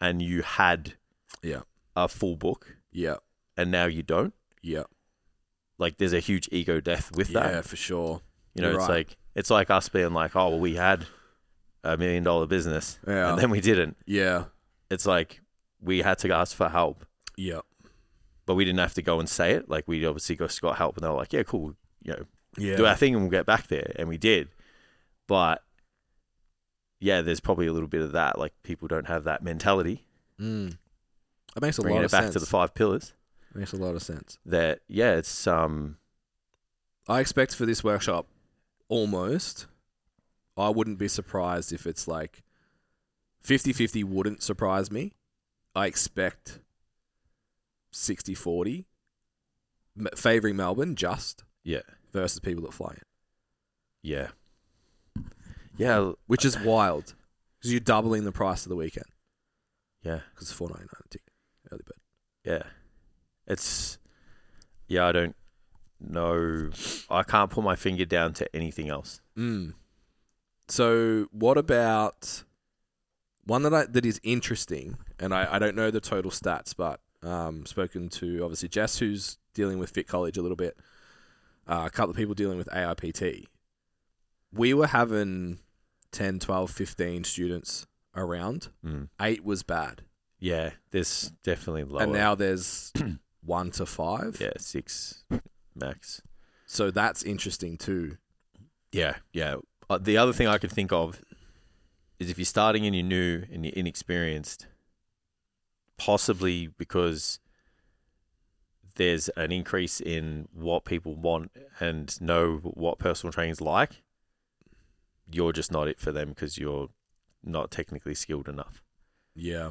[SPEAKER 3] and you had
[SPEAKER 1] Yeah.
[SPEAKER 3] a full book,
[SPEAKER 1] Yeah,
[SPEAKER 3] and now you don't.
[SPEAKER 1] yeah,
[SPEAKER 3] Like, there's a huge ego death with that.
[SPEAKER 1] yeah, for sure.
[SPEAKER 3] You know,
[SPEAKER 1] You're
[SPEAKER 3] it's
[SPEAKER 1] right.
[SPEAKER 3] like it's like us being like, oh, well, we had a million dollar business,
[SPEAKER 1] Yeah,
[SPEAKER 3] and then we didn't.
[SPEAKER 1] yeah,
[SPEAKER 3] It's like we had to ask for help,
[SPEAKER 1] yeah,
[SPEAKER 3] but we didn't have to go and say it. Like we obviously just got help, and they were like, yeah, cool, you know,
[SPEAKER 1] yeah.
[SPEAKER 3] do our thing, and we'll get back there, and we did. But yeah, there's probably a little bit of that. Like people don't have that mentality.
[SPEAKER 1] Mm. That makes a
[SPEAKER 3] Bringing
[SPEAKER 1] lot
[SPEAKER 3] it
[SPEAKER 1] of
[SPEAKER 3] back
[SPEAKER 1] sense.
[SPEAKER 3] to the five pillars.
[SPEAKER 1] Makes a lot of sense.
[SPEAKER 3] That yeah, it's um
[SPEAKER 1] I expect for this workshop, almost, I wouldn't be surprised if it's like 50 50 wouldn't surprise me. I expect 60 40 favoring Melbourne just
[SPEAKER 3] yeah
[SPEAKER 1] versus people that fly in,
[SPEAKER 3] yeah yeah
[SPEAKER 1] which is wild because you're doubling the price of the weekend
[SPEAKER 3] yeah.
[SPEAKER 1] because it's 4.99 a ticket early bird.
[SPEAKER 3] yeah it's yeah i don't know i can't put my finger down to anything else
[SPEAKER 1] Mm. So what about one that I, that is interesting, and I, I don't know the total stats, but um, spoken to obviously Jess, who's dealing with Fit College a little bit, uh, a couple of people dealing with AIPT. We were having 10, 12, 15 students around.
[SPEAKER 3] mm.
[SPEAKER 1] Eight was bad.
[SPEAKER 3] yeah there's definitely lower
[SPEAKER 1] And now there's one to five.
[SPEAKER 3] yeah six max
[SPEAKER 1] So that's interesting too.
[SPEAKER 3] yeah yeah uh, the other thing i could think of is if you're starting and you're new and you're inexperienced possibly because there's an increase in what people want and know what personal training's like, you're just not it for them because you're not technically skilled enough.
[SPEAKER 1] Yeah.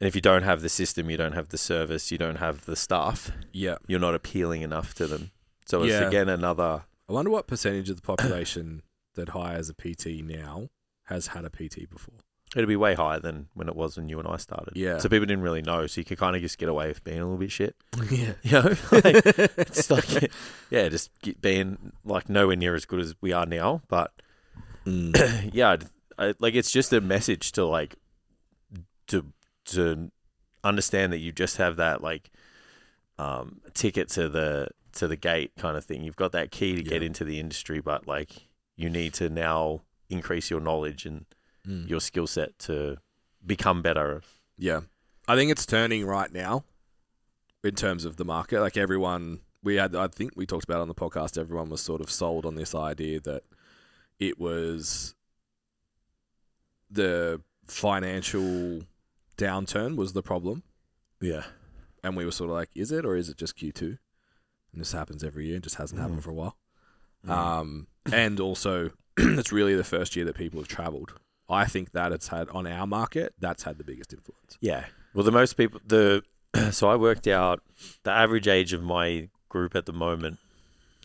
[SPEAKER 3] And if you don't have the system, you don't have the service, you don't have the staff,
[SPEAKER 1] Yeah.
[SPEAKER 3] you're not appealing enough to them. So it's
[SPEAKER 1] Yeah.
[SPEAKER 3] again another
[SPEAKER 1] I wonder what percentage of the population that hires a PT now has had a PT before.
[SPEAKER 3] It'll be way higher than when it was when you and I started.
[SPEAKER 1] Yeah.
[SPEAKER 3] So people didn't really know. So you could kind of just get away with being a little bit shit.
[SPEAKER 1] yeah.
[SPEAKER 3] You know? like, it's like, yeah, just get, being like nowhere near as good as we are now. But
[SPEAKER 1] Mm.
[SPEAKER 3] yeah, I'd- I, like it's just a message to like, to, to understand that you just have that like, um, ticket to the, to the gate kind of thing. You've got that key to get
[SPEAKER 1] Yeah.
[SPEAKER 3] into the industry, but like you need to now increase your knowledge and
[SPEAKER 1] Mm.
[SPEAKER 3] your skill set to become better
[SPEAKER 1] Yeah. I think it's turning right now in terms of the market. Like everyone, we had, I think we talked about it on the podcast, everyone was sort of sold on this idea that it was the financial downturn was the problem.
[SPEAKER 3] Yeah.
[SPEAKER 1] And we were sort of like, is it or is it just Q2? And this happens every year. It just hasn't happened
[SPEAKER 3] Mhm.
[SPEAKER 1] for a while.
[SPEAKER 3] Uh,
[SPEAKER 1] Um, and also, it's really the first year that people have traveled. I think that it's had on our market, that's had the biggest influence.
[SPEAKER 3] yeah. Well, the most people, the so I worked out the average age of my group at the moment.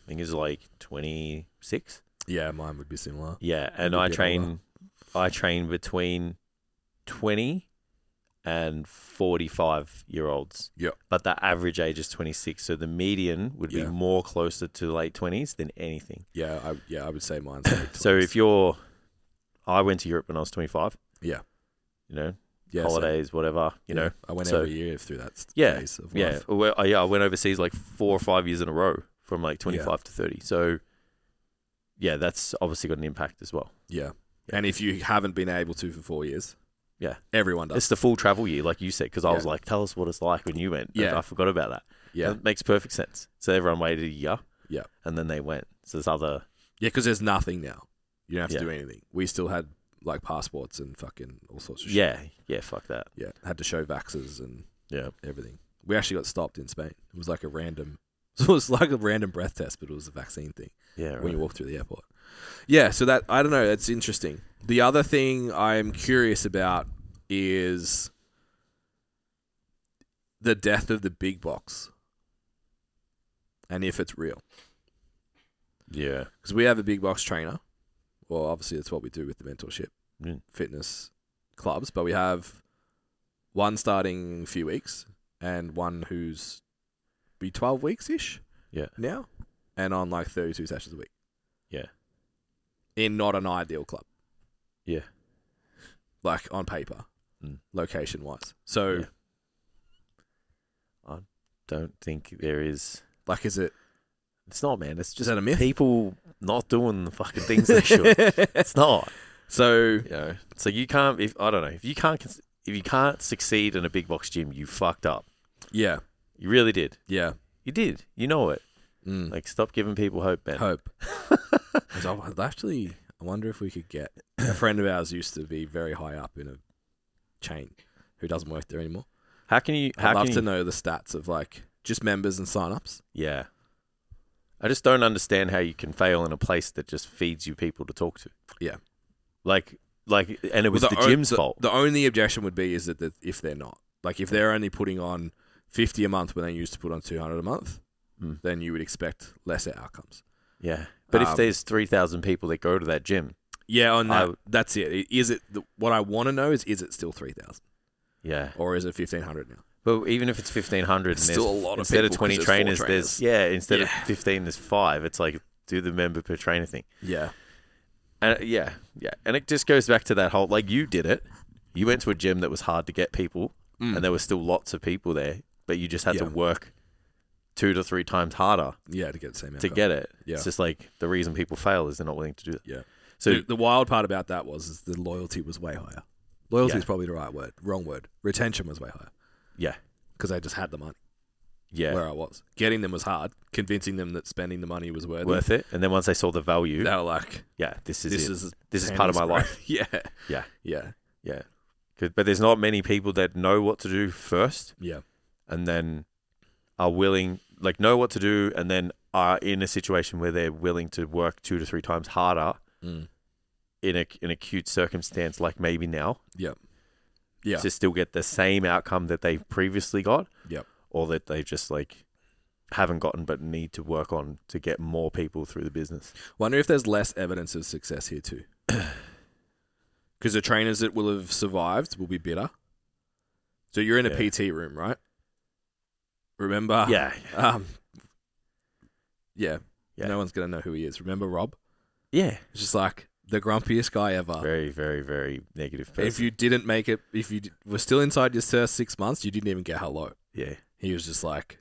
[SPEAKER 3] I think is like twenty six.
[SPEAKER 1] Yeah, mine would be similar.
[SPEAKER 3] Yeah, and
[SPEAKER 1] You'll
[SPEAKER 3] I
[SPEAKER 1] get
[SPEAKER 3] train, I train between twenty and forty five year olds.
[SPEAKER 1] Yeah.
[SPEAKER 3] But the average age is twenty six, so the median would be
[SPEAKER 1] Yeah.
[SPEAKER 3] more closer to late twenties than anything.
[SPEAKER 1] Yeah, I yeah, I would say mine's like
[SPEAKER 3] So if you're, I went to Europe when I was twenty five.
[SPEAKER 1] Yeah.
[SPEAKER 3] You know,
[SPEAKER 1] yeah, so-
[SPEAKER 3] holidays, whatever. You know,
[SPEAKER 1] I went
[SPEAKER 3] so-
[SPEAKER 1] every year through that s-
[SPEAKER 3] Yeah,
[SPEAKER 1] phase of
[SPEAKER 3] Yeah,
[SPEAKER 1] life.
[SPEAKER 3] well, I- yeah. I went overseas like four or five years in a row, from like twenty five to thirty. So, yeah, that's obviously got an impact as well.
[SPEAKER 1] Yeah. And if you haven't been able to for four years,
[SPEAKER 3] Yeah.
[SPEAKER 1] everyone does.
[SPEAKER 3] It's the full travel year, like you said, because I was
[SPEAKER 1] Yeah.
[SPEAKER 3] like, "Tell us what it's like when you went." And
[SPEAKER 1] Yeah.
[SPEAKER 3] I forgot about that.
[SPEAKER 1] yeah,
[SPEAKER 3] it makes perfect sense. So everyone waited a year.
[SPEAKER 1] Yeah.
[SPEAKER 3] and then they went. So there's other.
[SPEAKER 1] yeah, because there's nothing now. You don't have to
[SPEAKER 3] Yeah.
[SPEAKER 1] do anything. We still had like passports and fucking all sorts of shit.
[SPEAKER 3] Yeah, yeah. Fuck that.
[SPEAKER 1] yeah, had to show vaxes and
[SPEAKER 3] Yeah.
[SPEAKER 1] everything. We actually got stopped in Spain. It was like a random, it was like a random breath test, but it was a vaccine thing.
[SPEAKER 3] Yeah.
[SPEAKER 1] when
[SPEAKER 3] Right.
[SPEAKER 1] you walk through the airport. Yeah, so that I don't know, that's interesting. The other thing I'm curious about is the death of the big box and if it's real.
[SPEAKER 3] Yeah.
[SPEAKER 1] Cuz we have a big box trainer. Well, obviously that's what we do with the mentorship
[SPEAKER 3] Mm.
[SPEAKER 1] fitness clubs, but we have one starting in a few weeks and one who's be 12 weeks ish
[SPEAKER 3] Yeah.
[SPEAKER 1] now and on like 32 sessions a week.
[SPEAKER 3] Yeah.
[SPEAKER 1] In not an ideal club.
[SPEAKER 3] Yeah.
[SPEAKER 1] Like on paper,
[SPEAKER 3] Mm.
[SPEAKER 1] location wise. So,
[SPEAKER 3] Yeah. Don't think there is.
[SPEAKER 1] like, is it
[SPEAKER 3] It's not, man. It's
[SPEAKER 1] is
[SPEAKER 3] just
[SPEAKER 1] that a myth?
[SPEAKER 3] people not doing the fucking things they should. It's not.
[SPEAKER 1] so,
[SPEAKER 3] you know, so you can't if I don't know if you can't cons- if you can't succeed in a big box gym, you fucked up.
[SPEAKER 1] yeah,
[SPEAKER 3] You really did.
[SPEAKER 1] yeah.
[SPEAKER 3] You did. You know it.
[SPEAKER 1] Mm.
[SPEAKER 3] Like stop giving people hope, man.
[SPEAKER 1] Hope. I was like, "Well, actually, I wonder if we could get a friend of ours used to be very high up in a chain who doesn't work there anymore.
[SPEAKER 3] How can you? How
[SPEAKER 1] I'd love
[SPEAKER 3] can
[SPEAKER 1] to
[SPEAKER 3] you?
[SPEAKER 1] know the stats of like just members and sign-ups.
[SPEAKER 3] Yeah. I just don't understand how you can fail in a place that just feeds you people to talk to.
[SPEAKER 1] Yeah.
[SPEAKER 3] Like, like, and it was
[SPEAKER 1] Well,
[SPEAKER 3] the,
[SPEAKER 1] o-
[SPEAKER 3] gym's
[SPEAKER 1] the-
[SPEAKER 3] fault.
[SPEAKER 1] The only objection would be is that that if they're not, like if they're only putting on 50 a month when they used to put on 200 a month,
[SPEAKER 3] Mm.
[SPEAKER 1] then you would expect lesser outcomes.
[SPEAKER 3] yeah. But if
[SPEAKER 1] Um,
[SPEAKER 3] there's three thousand people that go to that gym,
[SPEAKER 1] Yeah, on
[SPEAKER 3] I
[SPEAKER 1] that,
[SPEAKER 3] w-
[SPEAKER 1] that's it. I- Is it the, what I want to know is is it still 3,000
[SPEAKER 3] yeah.
[SPEAKER 1] or is it 1,500 now?
[SPEAKER 3] But even if it's fifteen hundred,
[SPEAKER 1] It's still a lot of
[SPEAKER 3] instead
[SPEAKER 1] people
[SPEAKER 3] of
[SPEAKER 1] 'cause
[SPEAKER 3] twenty
[SPEAKER 1] there's four
[SPEAKER 3] trainers,
[SPEAKER 1] trainers.
[SPEAKER 3] there's yeah. Instead
[SPEAKER 1] Yeah.
[SPEAKER 3] of fifteen, there's five. It's like do the member per trainer thing.
[SPEAKER 1] Yeah,
[SPEAKER 3] And it- yeah, yeah, and it just goes back to that whole like you did it. You went to a gym that was hard to get people,
[SPEAKER 1] Mm.
[SPEAKER 3] and there were still lots of people there, but you just had to
[SPEAKER 1] Yeah.
[SPEAKER 3] work two to three times harder
[SPEAKER 1] yeah, to get the same
[SPEAKER 3] to
[SPEAKER 1] outcome.
[SPEAKER 3] get it.
[SPEAKER 1] Yeah.
[SPEAKER 3] It's just like the reason people fail is they're not willing to do that.
[SPEAKER 1] Yeah.
[SPEAKER 3] So
[SPEAKER 1] the, the wild part about that was is the loyalty was way higher. Loyalty
[SPEAKER 3] Yeah.
[SPEAKER 1] is probably the right word, wrong word. Retention was way higher
[SPEAKER 3] yeah,
[SPEAKER 1] because I just had the money
[SPEAKER 3] yeah,
[SPEAKER 1] where I was. Getting them was hard. Convincing them that spending the money was worth,
[SPEAKER 3] worth it. And then once they saw the
[SPEAKER 1] it.
[SPEAKER 3] value,
[SPEAKER 1] They were like,
[SPEAKER 3] yeah, this is
[SPEAKER 1] this
[SPEAKER 3] it.
[SPEAKER 1] is
[SPEAKER 3] this is part of my life.
[SPEAKER 1] yeah,
[SPEAKER 3] Yeah.
[SPEAKER 1] yeah,
[SPEAKER 3] Yeah. 'Cause- But there's not many people that know what to do first,
[SPEAKER 1] yeah,
[SPEAKER 3] and then are willing, like know what to do, and then are in a situation where they're willing to work two to three times harder
[SPEAKER 1] Mm.
[SPEAKER 3] in a in acute circumstance, like maybe now,
[SPEAKER 1] Yeah.
[SPEAKER 3] to still get the same outcome that they previously got,
[SPEAKER 1] Yep.
[SPEAKER 3] or that they just like haven't gotten but need to work on to get more people through the business.
[SPEAKER 1] Wonder if there's less evidence of success here too. Because the trainers that will have survived will be better. So you're in a
[SPEAKER 3] Yeah.
[SPEAKER 1] PT room, right? Remember?
[SPEAKER 3] yeah,
[SPEAKER 1] Um, yeah.
[SPEAKER 3] Yeah.
[SPEAKER 1] No one's going to know who he is. Remember Rob?
[SPEAKER 3] yeah,
[SPEAKER 1] It's just like the grumpiest guy ever.
[SPEAKER 3] very, very, very negative person.
[SPEAKER 1] ah. if you didn't make it, if you d- were still inside your first six months, you didn't even get hello.
[SPEAKER 3] yeah,
[SPEAKER 1] He was just like,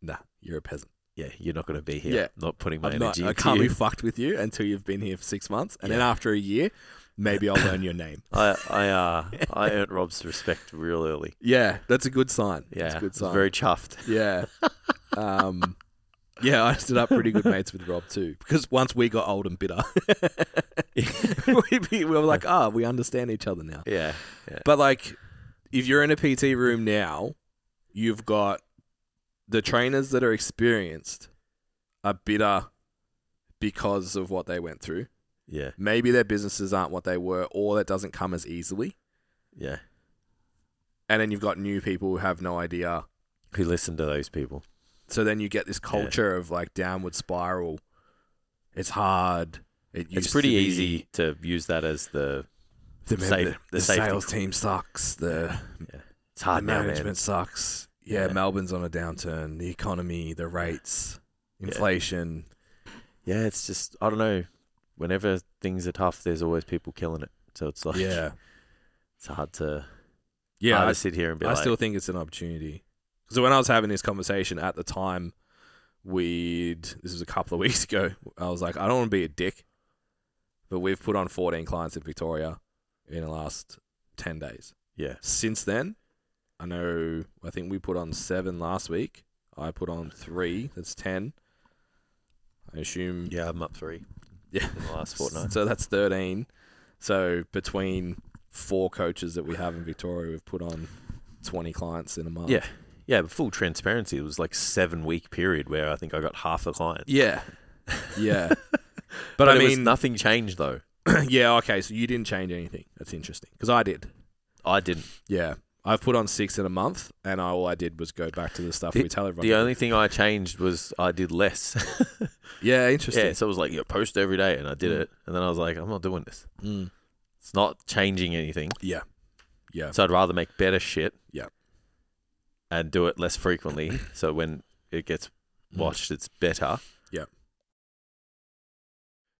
[SPEAKER 1] nah, you're a peasant.
[SPEAKER 3] yeah, you're not going to be here.
[SPEAKER 1] Yeah.
[SPEAKER 3] not putting my
[SPEAKER 1] I'm not,
[SPEAKER 3] energy.
[SPEAKER 1] I
[SPEAKER 3] into
[SPEAKER 1] can't be
[SPEAKER 3] you.
[SPEAKER 1] fucked with you until you've been here for six months. And then
[SPEAKER 3] Yeah.
[SPEAKER 1] after a year, maybe I'll learn your name.
[SPEAKER 3] I I uh I earned Rob's respect real early.
[SPEAKER 1] Yeah, that's a good sign.
[SPEAKER 3] Yeah,
[SPEAKER 1] that's a
[SPEAKER 3] I
[SPEAKER 1] good
[SPEAKER 3] was
[SPEAKER 1] sign.
[SPEAKER 3] very chuffed.
[SPEAKER 1] yeah, um, yeah. I stood up pretty good mates with Rob too, because once we got old and bitter, we, be- we were like, ah, we understand each other now.
[SPEAKER 3] Yeah,
[SPEAKER 1] But like, if you're in a PT room now, you've got the trainers that are experienced are bitter because of what they went through.
[SPEAKER 3] yeah,
[SPEAKER 1] Maybe their businesses aren't what they were, or that doesn't come as easily.
[SPEAKER 3] yeah.
[SPEAKER 1] And then you've got new people who have no idea
[SPEAKER 3] Who listened to those people?
[SPEAKER 1] So then you get this culture of like downward spiral. It's hard. It used
[SPEAKER 3] It's
[SPEAKER 1] to
[SPEAKER 3] pretty
[SPEAKER 1] be-
[SPEAKER 3] easy to use that as the.
[SPEAKER 1] The, mem-
[SPEAKER 3] safe-
[SPEAKER 1] the,
[SPEAKER 3] the
[SPEAKER 1] the
[SPEAKER 3] safety
[SPEAKER 1] sales
[SPEAKER 3] call.
[SPEAKER 1] team sucks. The,
[SPEAKER 3] It's
[SPEAKER 1] the
[SPEAKER 3] hard now,
[SPEAKER 1] management
[SPEAKER 3] man.
[SPEAKER 1] sucks. Yeah,
[SPEAKER 3] Yeah.
[SPEAKER 1] Melbourne's on a downturn. The economy, the rates,
[SPEAKER 3] Yeah.
[SPEAKER 1] inflation.
[SPEAKER 3] Yeah, it's just I don't know. Whenever things are tough, there's always people killing it. So it's like
[SPEAKER 1] yeah,
[SPEAKER 3] it's hard to
[SPEAKER 1] yeah.
[SPEAKER 3] hard
[SPEAKER 1] I,
[SPEAKER 3] to sit here and be
[SPEAKER 1] I
[SPEAKER 3] like
[SPEAKER 1] still think it's an opportunity. So when I was having this conversation at the time, we'd this was a couple of weeks ago. I was like, I don't want to be a dick, but we've put on 14 clients in Victoria in the last 10 days.
[SPEAKER 3] yeah
[SPEAKER 1] since then, I know I think we put on seven last week. I put on three. That's ten. I assume.
[SPEAKER 3] yeah I'm up three
[SPEAKER 1] Yeah.
[SPEAKER 3] in the last fortnight.
[SPEAKER 1] So that's thirteen. So between four coaches that we have in Victoria, we've put on twenty clients in a month.
[SPEAKER 3] Yeah. Yeah, but full transparency. It was like seven week period where I think I got half the clients.
[SPEAKER 1] Yeah. Yeah. but,
[SPEAKER 3] But,
[SPEAKER 1] I
[SPEAKER 3] it was-
[SPEAKER 1] mean,
[SPEAKER 3] nothing changed though.
[SPEAKER 1] yeah. Okay. So you didn't change anything. That's interesting because I did.
[SPEAKER 3] I didn't.
[SPEAKER 1] Yeah. I've put on six in a month, and I, all I did was go back to the stuff we tell everyone.
[SPEAKER 3] The
[SPEAKER 1] to do.
[SPEAKER 3] only thing I changed was I did less.
[SPEAKER 1] yeah, interesting.
[SPEAKER 3] Yeah, so it was like you know, post every day, and I did
[SPEAKER 1] Mm.
[SPEAKER 3] it, and then I was like, I'm not doing this.
[SPEAKER 1] Mm.
[SPEAKER 3] It's not changing anything.
[SPEAKER 1] Yeah, yeah.
[SPEAKER 3] So I'd rather make better shit.
[SPEAKER 1] Yeah.
[SPEAKER 3] And do it less frequently, so when it gets
[SPEAKER 1] Mm.
[SPEAKER 3] watched, it's better.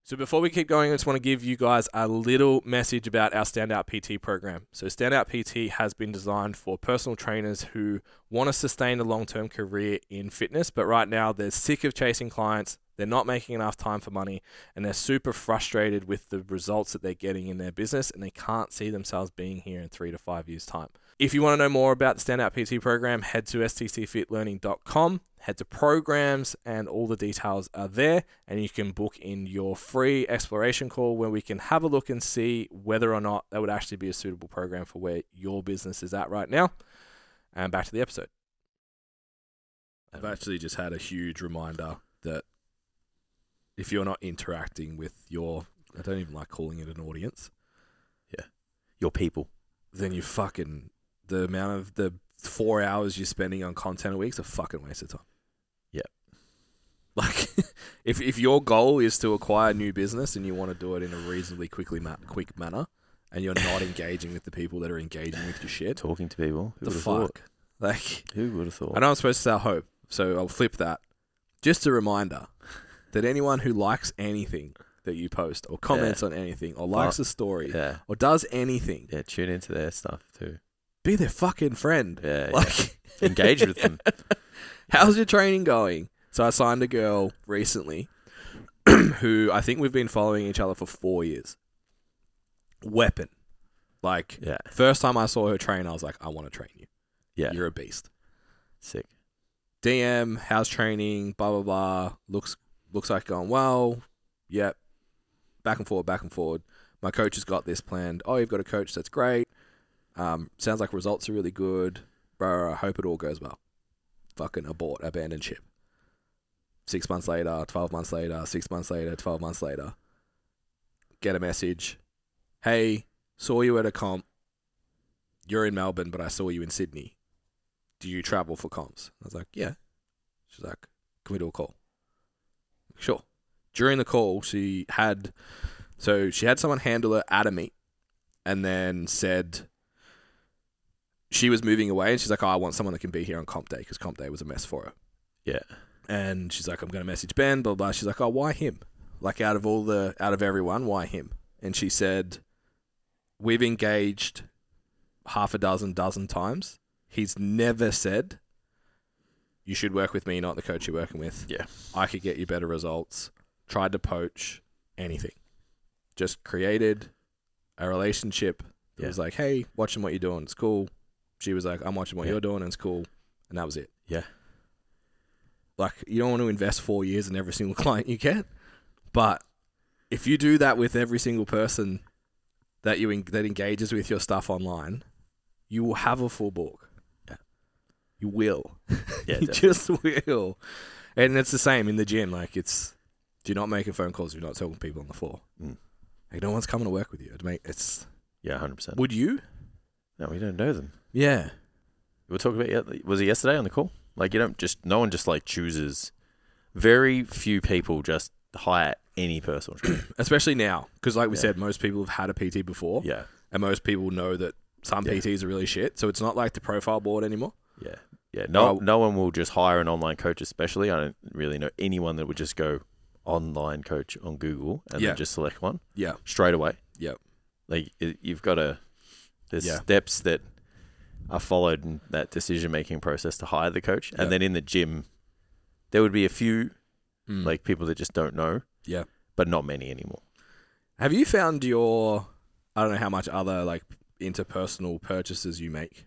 [SPEAKER 1] So before we keep going, I just want to give you guys a little message about our Standout PT program. So Standout PT has been designed for personal trainers who want to sustain a long-term career in fitness, but right now they're sick of chasing clients, they're not making enough time for money, and they're super frustrated with the results that they're getting in their business and they can't see themselves being here in 3 to 5 years time. If you want to know more about the Standout PT program, head to stcfitlearning.com, head to programs, and all the details are there. And you can book in your free exploration call where we can have a look and see whether or not that would actually be a suitable program for where your business is at right now. And back to the episode. I've actually just had a huge reminder that if you're not interacting with your, I don't even like calling it an audience,
[SPEAKER 3] Your people.
[SPEAKER 1] then you fucking the amount of the four hours you're spending on content a week's a fucking waste of time.
[SPEAKER 3] Yep.
[SPEAKER 1] Like, if if your goal is to acquire new business and you want to do it in a reasonably quickly ma- quick manner, and you're not engaging with the people that are engaging with your shit,
[SPEAKER 3] Talking to people. Who
[SPEAKER 1] the
[SPEAKER 3] would've
[SPEAKER 1] fuck?
[SPEAKER 3] thought?
[SPEAKER 1] Like,
[SPEAKER 3] Who would have thought?
[SPEAKER 1] I know I'm supposed to sell hope, so I'll flip that. Just a reminder that anyone who likes anything that you post or comments on anything or likes a story
[SPEAKER 3] Yeah.
[SPEAKER 1] or does anything,
[SPEAKER 3] Yeah. Tune into their stuff too.
[SPEAKER 1] be their fucking friend.
[SPEAKER 3] Yeah. yeah.
[SPEAKER 1] Like,
[SPEAKER 3] Engage with them.
[SPEAKER 1] how's your training going? So I signed a girl recently who I think we've been following each other for four years. Weapon. Like,
[SPEAKER 3] Yeah.
[SPEAKER 1] first time I saw her train, I was like, I want to train you.
[SPEAKER 3] Yeah.
[SPEAKER 1] You're a beast.
[SPEAKER 3] Sick.
[SPEAKER 1] DM, how's training, blah, blah, blah. Looks, looks like going well. Yep. Back and forward, back and forward. My coach has got this planned. Oh, you've got a coach. That's great. Um, sounds like results are really good. Bro, I hope it all goes well. fucking abort, abandon ship. Six months later, 12 months later, six months later, 12 months later, get a message. Hey, saw you at a comp. You're in Melbourne, but I saw you in Sydney. Do you travel for comps? I was like, yeah. She's like, can we do a call? Sure. During the call, she had, so she had someone handle her at a meet and then said she was moving away and she's like, oh, I want someone that can be here on comp day because comp day was a mess for her.
[SPEAKER 3] Yeah.
[SPEAKER 1] And she's like, I'm going to message Ben, blah, blah. She's like, oh, why him? Like, out of all the, out of everyone, why him? And she said, we've engaged half a dozen, dozen times. He's never said, you should work with me, not the coach you're working with.
[SPEAKER 3] Yeah.
[SPEAKER 1] I could get you better results. Tried to poach anything. Just created a relationship. It
[SPEAKER 3] Yeah.
[SPEAKER 1] was like, hey, watching what you're doing. It's cool. She was like, I'm watching what
[SPEAKER 3] Yeah.
[SPEAKER 1] you're doing. And it's cool. And that was it.
[SPEAKER 3] Yeah.
[SPEAKER 1] Like, you don't want to invest four years in every single client you get. But if you do that with every single person that you en- that engages with your stuff online, you will have a full book.
[SPEAKER 3] Yeah.
[SPEAKER 1] You will.
[SPEAKER 3] Yeah.
[SPEAKER 1] you
[SPEAKER 3] definitely.
[SPEAKER 1] just will. And it's the same in the gym. Like it's, do not making phone calls. You're not talking to people on the floor.
[SPEAKER 3] Mm.
[SPEAKER 1] Like no one's coming to work with you. It'd make it's.
[SPEAKER 3] yeah, 100%.
[SPEAKER 1] Would you?
[SPEAKER 3] No, we don't know them.
[SPEAKER 1] Yeah.
[SPEAKER 3] We were talking about, yeah, was it yesterday on the call? Like, you don't just, no one just like chooses. Very few people just hire any personal trainer.
[SPEAKER 1] Especially now, because like we
[SPEAKER 3] Yeah.
[SPEAKER 1] said, most people have had a PT before,
[SPEAKER 3] yeah.
[SPEAKER 1] and most people know that some
[SPEAKER 3] Yeah.
[SPEAKER 1] PTs are really shit. So it's not like the profile board anymore.
[SPEAKER 3] Yeah. Yeah.
[SPEAKER 1] Oh.
[SPEAKER 3] No, no one will just hire an online coach, especially. I don't really know anyone that would just go online coach on Google and
[SPEAKER 1] Yeah.
[SPEAKER 3] then just select one
[SPEAKER 1] Yeah.
[SPEAKER 3] straight away.
[SPEAKER 1] Yep.
[SPEAKER 3] Like it, you've got to, there's
[SPEAKER 1] Yeah.
[SPEAKER 3] steps that are followed in that decision making process to hire the coach.
[SPEAKER 1] Yep.
[SPEAKER 3] And then in the gym, there would be a few
[SPEAKER 1] Mm.
[SPEAKER 3] like people that just don't know.
[SPEAKER 1] Yeah.
[SPEAKER 3] But not many anymore.
[SPEAKER 1] Have you found your I don't know how much other like interpersonal purchases you make?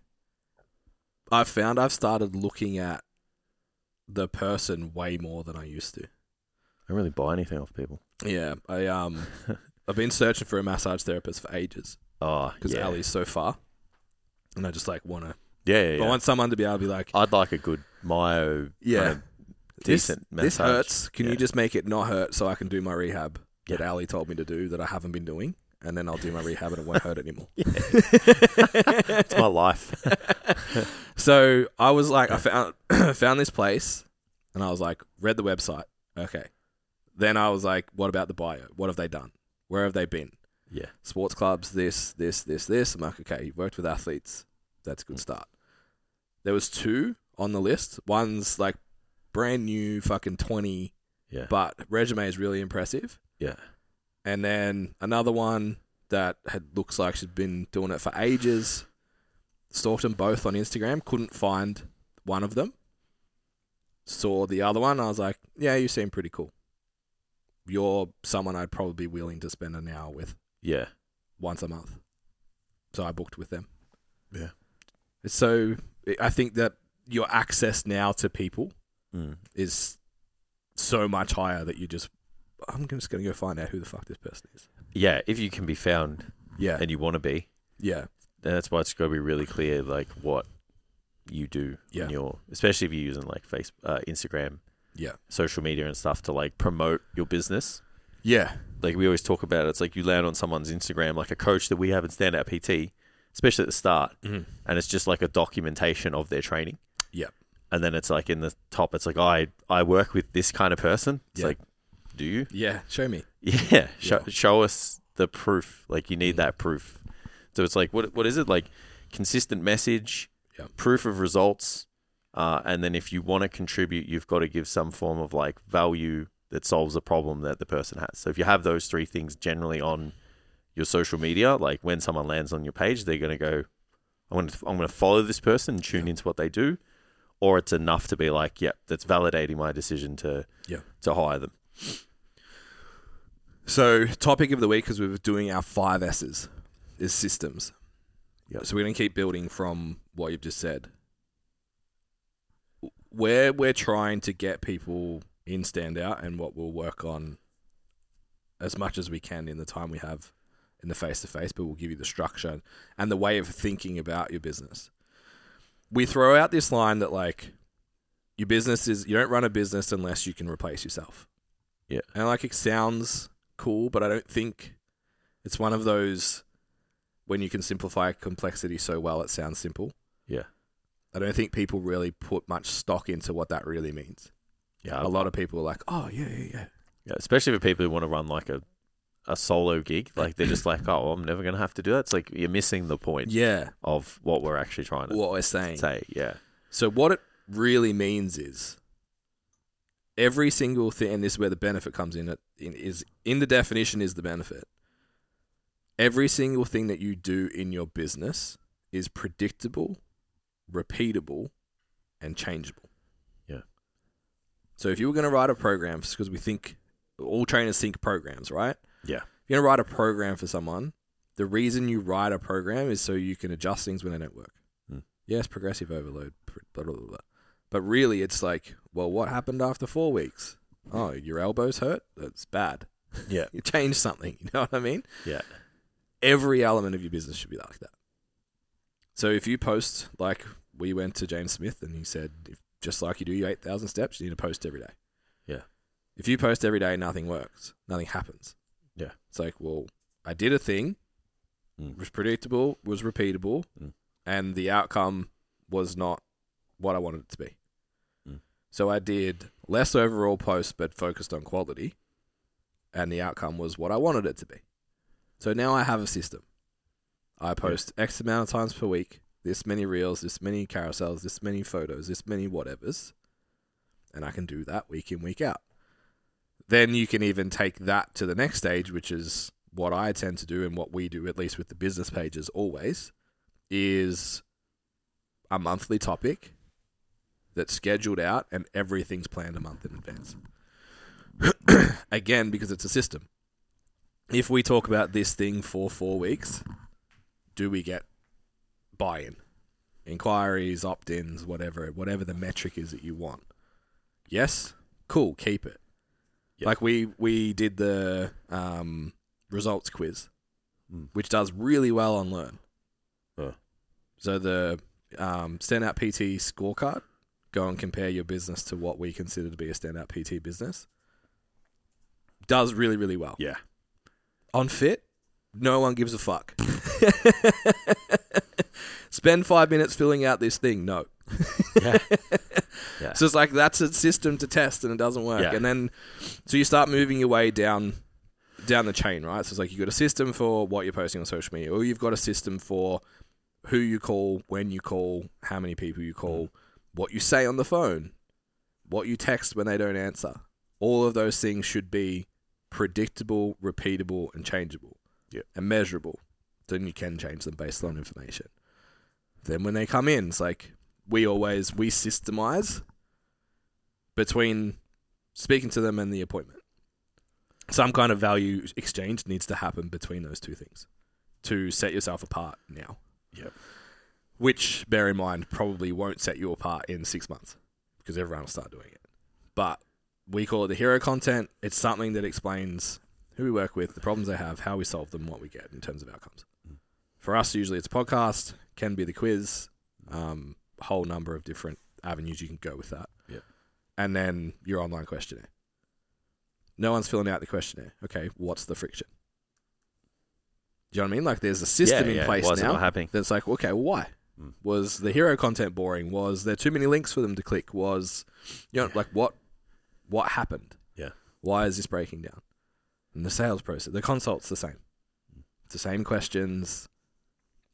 [SPEAKER 1] I've found I've started looking at the person way more than I used to.
[SPEAKER 3] I don't really buy anything off people.
[SPEAKER 1] Yeah, I um I've been searching for a massage therapist for ages
[SPEAKER 3] Oh,
[SPEAKER 1] because
[SPEAKER 3] yeah.
[SPEAKER 1] Ali's so far. And I just like want to
[SPEAKER 3] Yeah, yeah,
[SPEAKER 1] I
[SPEAKER 3] yeah.
[SPEAKER 1] want someone to be able to be like,
[SPEAKER 3] I'd like a good myo,
[SPEAKER 1] yeah,
[SPEAKER 3] kind of
[SPEAKER 1] this-
[SPEAKER 3] decent
[SPEAKER 1] this,
[SPEAKER 3] massage.
[SPEAKER 1] hurts. Can you
[SPEAKER 3] Yeah.
[SPEAKER 1] just make it not hurt so I can do my rehab that
[SPEAKER 3] Yeah.
[SPEAKER 1] Ali told me to do that I haven't been doing and then I'll do my rehab and it won't hurt anymore.
[SPEAKER 3] It's my life.
[SPEAKER 1] So I was like, I found found this place, and I was like, read the website. Okay. Then I was like, what about the bio? What have they done? Where have they been?
[SPEAKER 3] Yeah.
[SPEAKER 1] Sports clubs, this, this, this, this. I'm like, okay, you've worked with athletes. That's a
[SPEAKER 3] Mm.
[SPEAKER 1] good start. There was two on the list. One's like brand new, fucking twenty,
[SPEAKER 3] Yeah.
[SPEAKER 1] but resume is really impressive.
[SPEAKER 3] yeah.
[SPEAKER 1] And then another one that had looks like she'd been doing it for ages. Stalked them both on Instagram. Couldn't find one of them. Saw the other one. I was like, yeah, you seem pretty cool. You're someone I'd probably be willing to spend an hour with
[SPEAKER 3] Yeah.
[SPEAKER 1] once a month. So I booked with them.
[SPEAKER 3] Yeah.
[SPEAKER 1] So I- I think that your access now to people
[SPEAKER 3] Mm.
[SPEAKER 1] is so much higher that you just, I'm just going to go find out who the fuck this person is.
[SPEAKER 3] Yeah. If you can be found
[SPEAKER 1] Yeah.
[SPEAKER 3] and you want to be,
[SPEAKER 1] Yeah.
[SPEAKER 3] then that's why it's got to be really clear, like what you do
[SPEAKER 1] Yeah.
[SPEAKER 3] in your, especially if you're using like Facebook, uh, Instagram,
[SPEAKER 1] Yeah.
[SPEAKER 3] social media and stuff to like promote your business.
[SPEAKER 1] Yeah.
[SPEAKER 3] Like we always talk about, it, it's like you land on someone's Instagram, like a coach that we have at Standout PT, especially at the start,
[SPEAKER 1] Mm.
[SPEAKER 3] and it's just like a documentation of their training.
[SPEAKER 1] Yep.
[SPEAKER 3] And then it's like in the top, it's like I I work with this kind of person. It's
[SPEAKER 1] Yeah.
[SPEAKER 3] like, do you?
[SPEAKER 1] Yeah. Show me.
[SPEAKER 3] Yeah, show,
[SPEAKER 1] Yeah.
[SPEAKER 3] show us the proof. Like you need that proof. So it's like what what is it like? Consistent message,
[SPEAKER 1] Yeah.
[SPEAKER 3] proof of results, uh, and then if you want to contribute, you've got to give some form of like value that solves a problem that the person has. So if you have those three things generally on your social media, like when someone lands on your page, they're going to go, I'm going to I'm going to follow this person, and tune into what they do, or it's enough to be like, yep, that's validating my decision to
[SPEAKER 1] Yeah.
[SPEAKER 3] to hire them.
[SPEAKER 1] So, topic of the week, because we were doing our five S's, is systems.
[SPEAKER 3] Yeah.
[SPEAKER 1] So, we're going to keep building from what you've just said. Where we're trying to get people in standout and what we'll work on as much as we can in the time we have in the face to face, but we'll give you the structure and the way of thinking about your business. We throw out this line that, like, your business is you don't run a business unless you can replace yourself.
[SPEAKER 3] Yeah.
[SPEAKER 1] And like it sounds cool, but I don't think it's one of those when you can simplify complexity so well it sounds simple.
[SPEAKER 3] Yeah.
[SPEAKER 1] I don't think people really put much stock into what that really means.
[SPEAKER 3] Yeah,
[SPEAKER 1] A lot of people are like, "Oh, yeah, yeah, yeah."
[SPEAKER 3] yeah, especially for people who want to run like a a solo gig. Like they're just like, oh, I'm never gonna have to do that. It's like you're missing the point
[SPEAKER 1] Yeah.
[SPEAKER 3] of what we're actually trying to
[SPEAKER 1] What we're saying.
[SPEAKER 3] say. Yeah,
[SPEAKER 1] So what it really means is every single thing, and this is where the benefit comes in. It in, is in the definition is the benefit. Every single thing that you do in your business is predictable, repeatable, and changeable.
[SPEAKER 3] Yeah.
[SPEAKER 1] So if you were going to write a program, because we think all trainers think programs, right?
[SPEAKER 3] Yeah.
[SPEAKER 1] If you're going to write a program for someone, the reason you write a program is so you can adjust things when they don't work yes, progressive overload, pr- blah, blah, blah, blah. But really, it's like, well, what happened after four weeks? Oh, your elbow's hurt? That's bad.
[SPEAKER 3] Yeah.
[SPEAKER 1] you changed something. You know what I mean?
[SPEAKER 3] yeah,
[SPEAKER 1] Every element of your business should be like that. So if you post, like we went to James Smith and he said, if, just like you do your 8,000 steps, you need to post every day.
[SPEAKER 3] Yeah.
[SPEAKER 1] If you post every day, nothing works, nothing happens.
[SPEAKER 3] Yeah.
[SPEAKER 1] It's like, well, I did a thing,
[SPEAKER 3] Mm.
[SPEAKER 1] was predictable, was repeatable,
[SPEAKER 3] Mm.
[SPEAKER 1] and the outcome was not what I wanted it to be.
[SPEAKER 3] Mm.
[SPEAKER 1] So I did less overall posts, but focused on quality, and the outcome was what I wanted it to be. So now I have a system. I post X amount of times per week, this many reels, this many carousels, this many photos, this many whatevers, and I can do that week in, week out. Then you can even take that to the next stage, which is what I tend to do and what we do, at least with the business pages always, is a monthly topic that's scheduled out and everything's planned a month in advance. Again, because it's a system. If we talk about this thing for four weeks, do we get buy in? Inquiries, opt ins, whatever, whatever the metric is that you want. Yes? Cool, keep it.
[SPEAKER 3] Yeah.
[SPEAKER 1] Like we we did the um, results quiz,
[SPEAKER 3] Mm.
[SPEAKER 1] which does really well on Learn.
[SPEAKER 3] Huh.
[SPEAKER 1] So the um, standout PT scorecard, go and compare your business to what we consider to be a standout PT business. Does really really well
[SPEAKER 3] yeah.
[SPEAKER 1] on fit. No one gives a fuck. Spend five minutes filling out this thing. No,
[SPEAKER 3] yeah.
[SPEAKER 1] so it's like that's a system to test and it doesn't work.
[SPEAKER 3] Yeah.
[SPEAKER 1] And then so you start moving your way down down the chain, right? So it's like you've got a system for what you're posting on social media, or you've got a system for who you call, when you call, how many people you
[SPEAKER 3] Mm.
[SPEAKER 1] call, what you say on the phone, what you text when they don't answer. All of those things should be predictable, repeatable, and changeable.
[SPEAKER 3] Yeah.
[SPEAKER 1] And measurable. Then you can change them based on information. Then when they come in, it's like we always we systemize between speaking to them and the appointment. Some kind of value exchange needs to happen between those two things to set yourself apart now.
[SPEAKER 3] Yep.
[SPEAKER 1] Which, bear in mind, probably won't set you apart in six months because everyone will start doing it. But we call it the hero content. It's something that explains who we work with, the problems they have, how we solve them, what we get in terms of outcomes.
[SPEAKER 3] Mm-hmm.
[SPEAKER 1] For us, usually it's podcast, can be the quiz, um, whole number of different avenues you can go with that and then your online questionnaire. No one's filling out the questionnaire. Okay, what's the friction? Do you know what I mean? Like, there's a system
[SPEAKER 3] yeah,
[SPEAKER 1] in
[SPEAKER 3] yeah.
[SPEAKER 1] place
[SPEAKER 3] Why is it
[SPEAKER 1] now
[SPEAKER 3] not happening?
[SPEAKER 1] that's like, okay, well, why?
[SPEAKER 3] Mm.
[SPEAKER 1] Was the hero content boring? Was there too many links for them to click? Was, you know,
[SPEAKER 3] Yeah.
[SPEAKER 1] like what, what happened?
[SPEAKER 3] Yeah.
[SPEAKER 1] Why is this breaking down? And the sales process, the consult's the same. It's the same questions,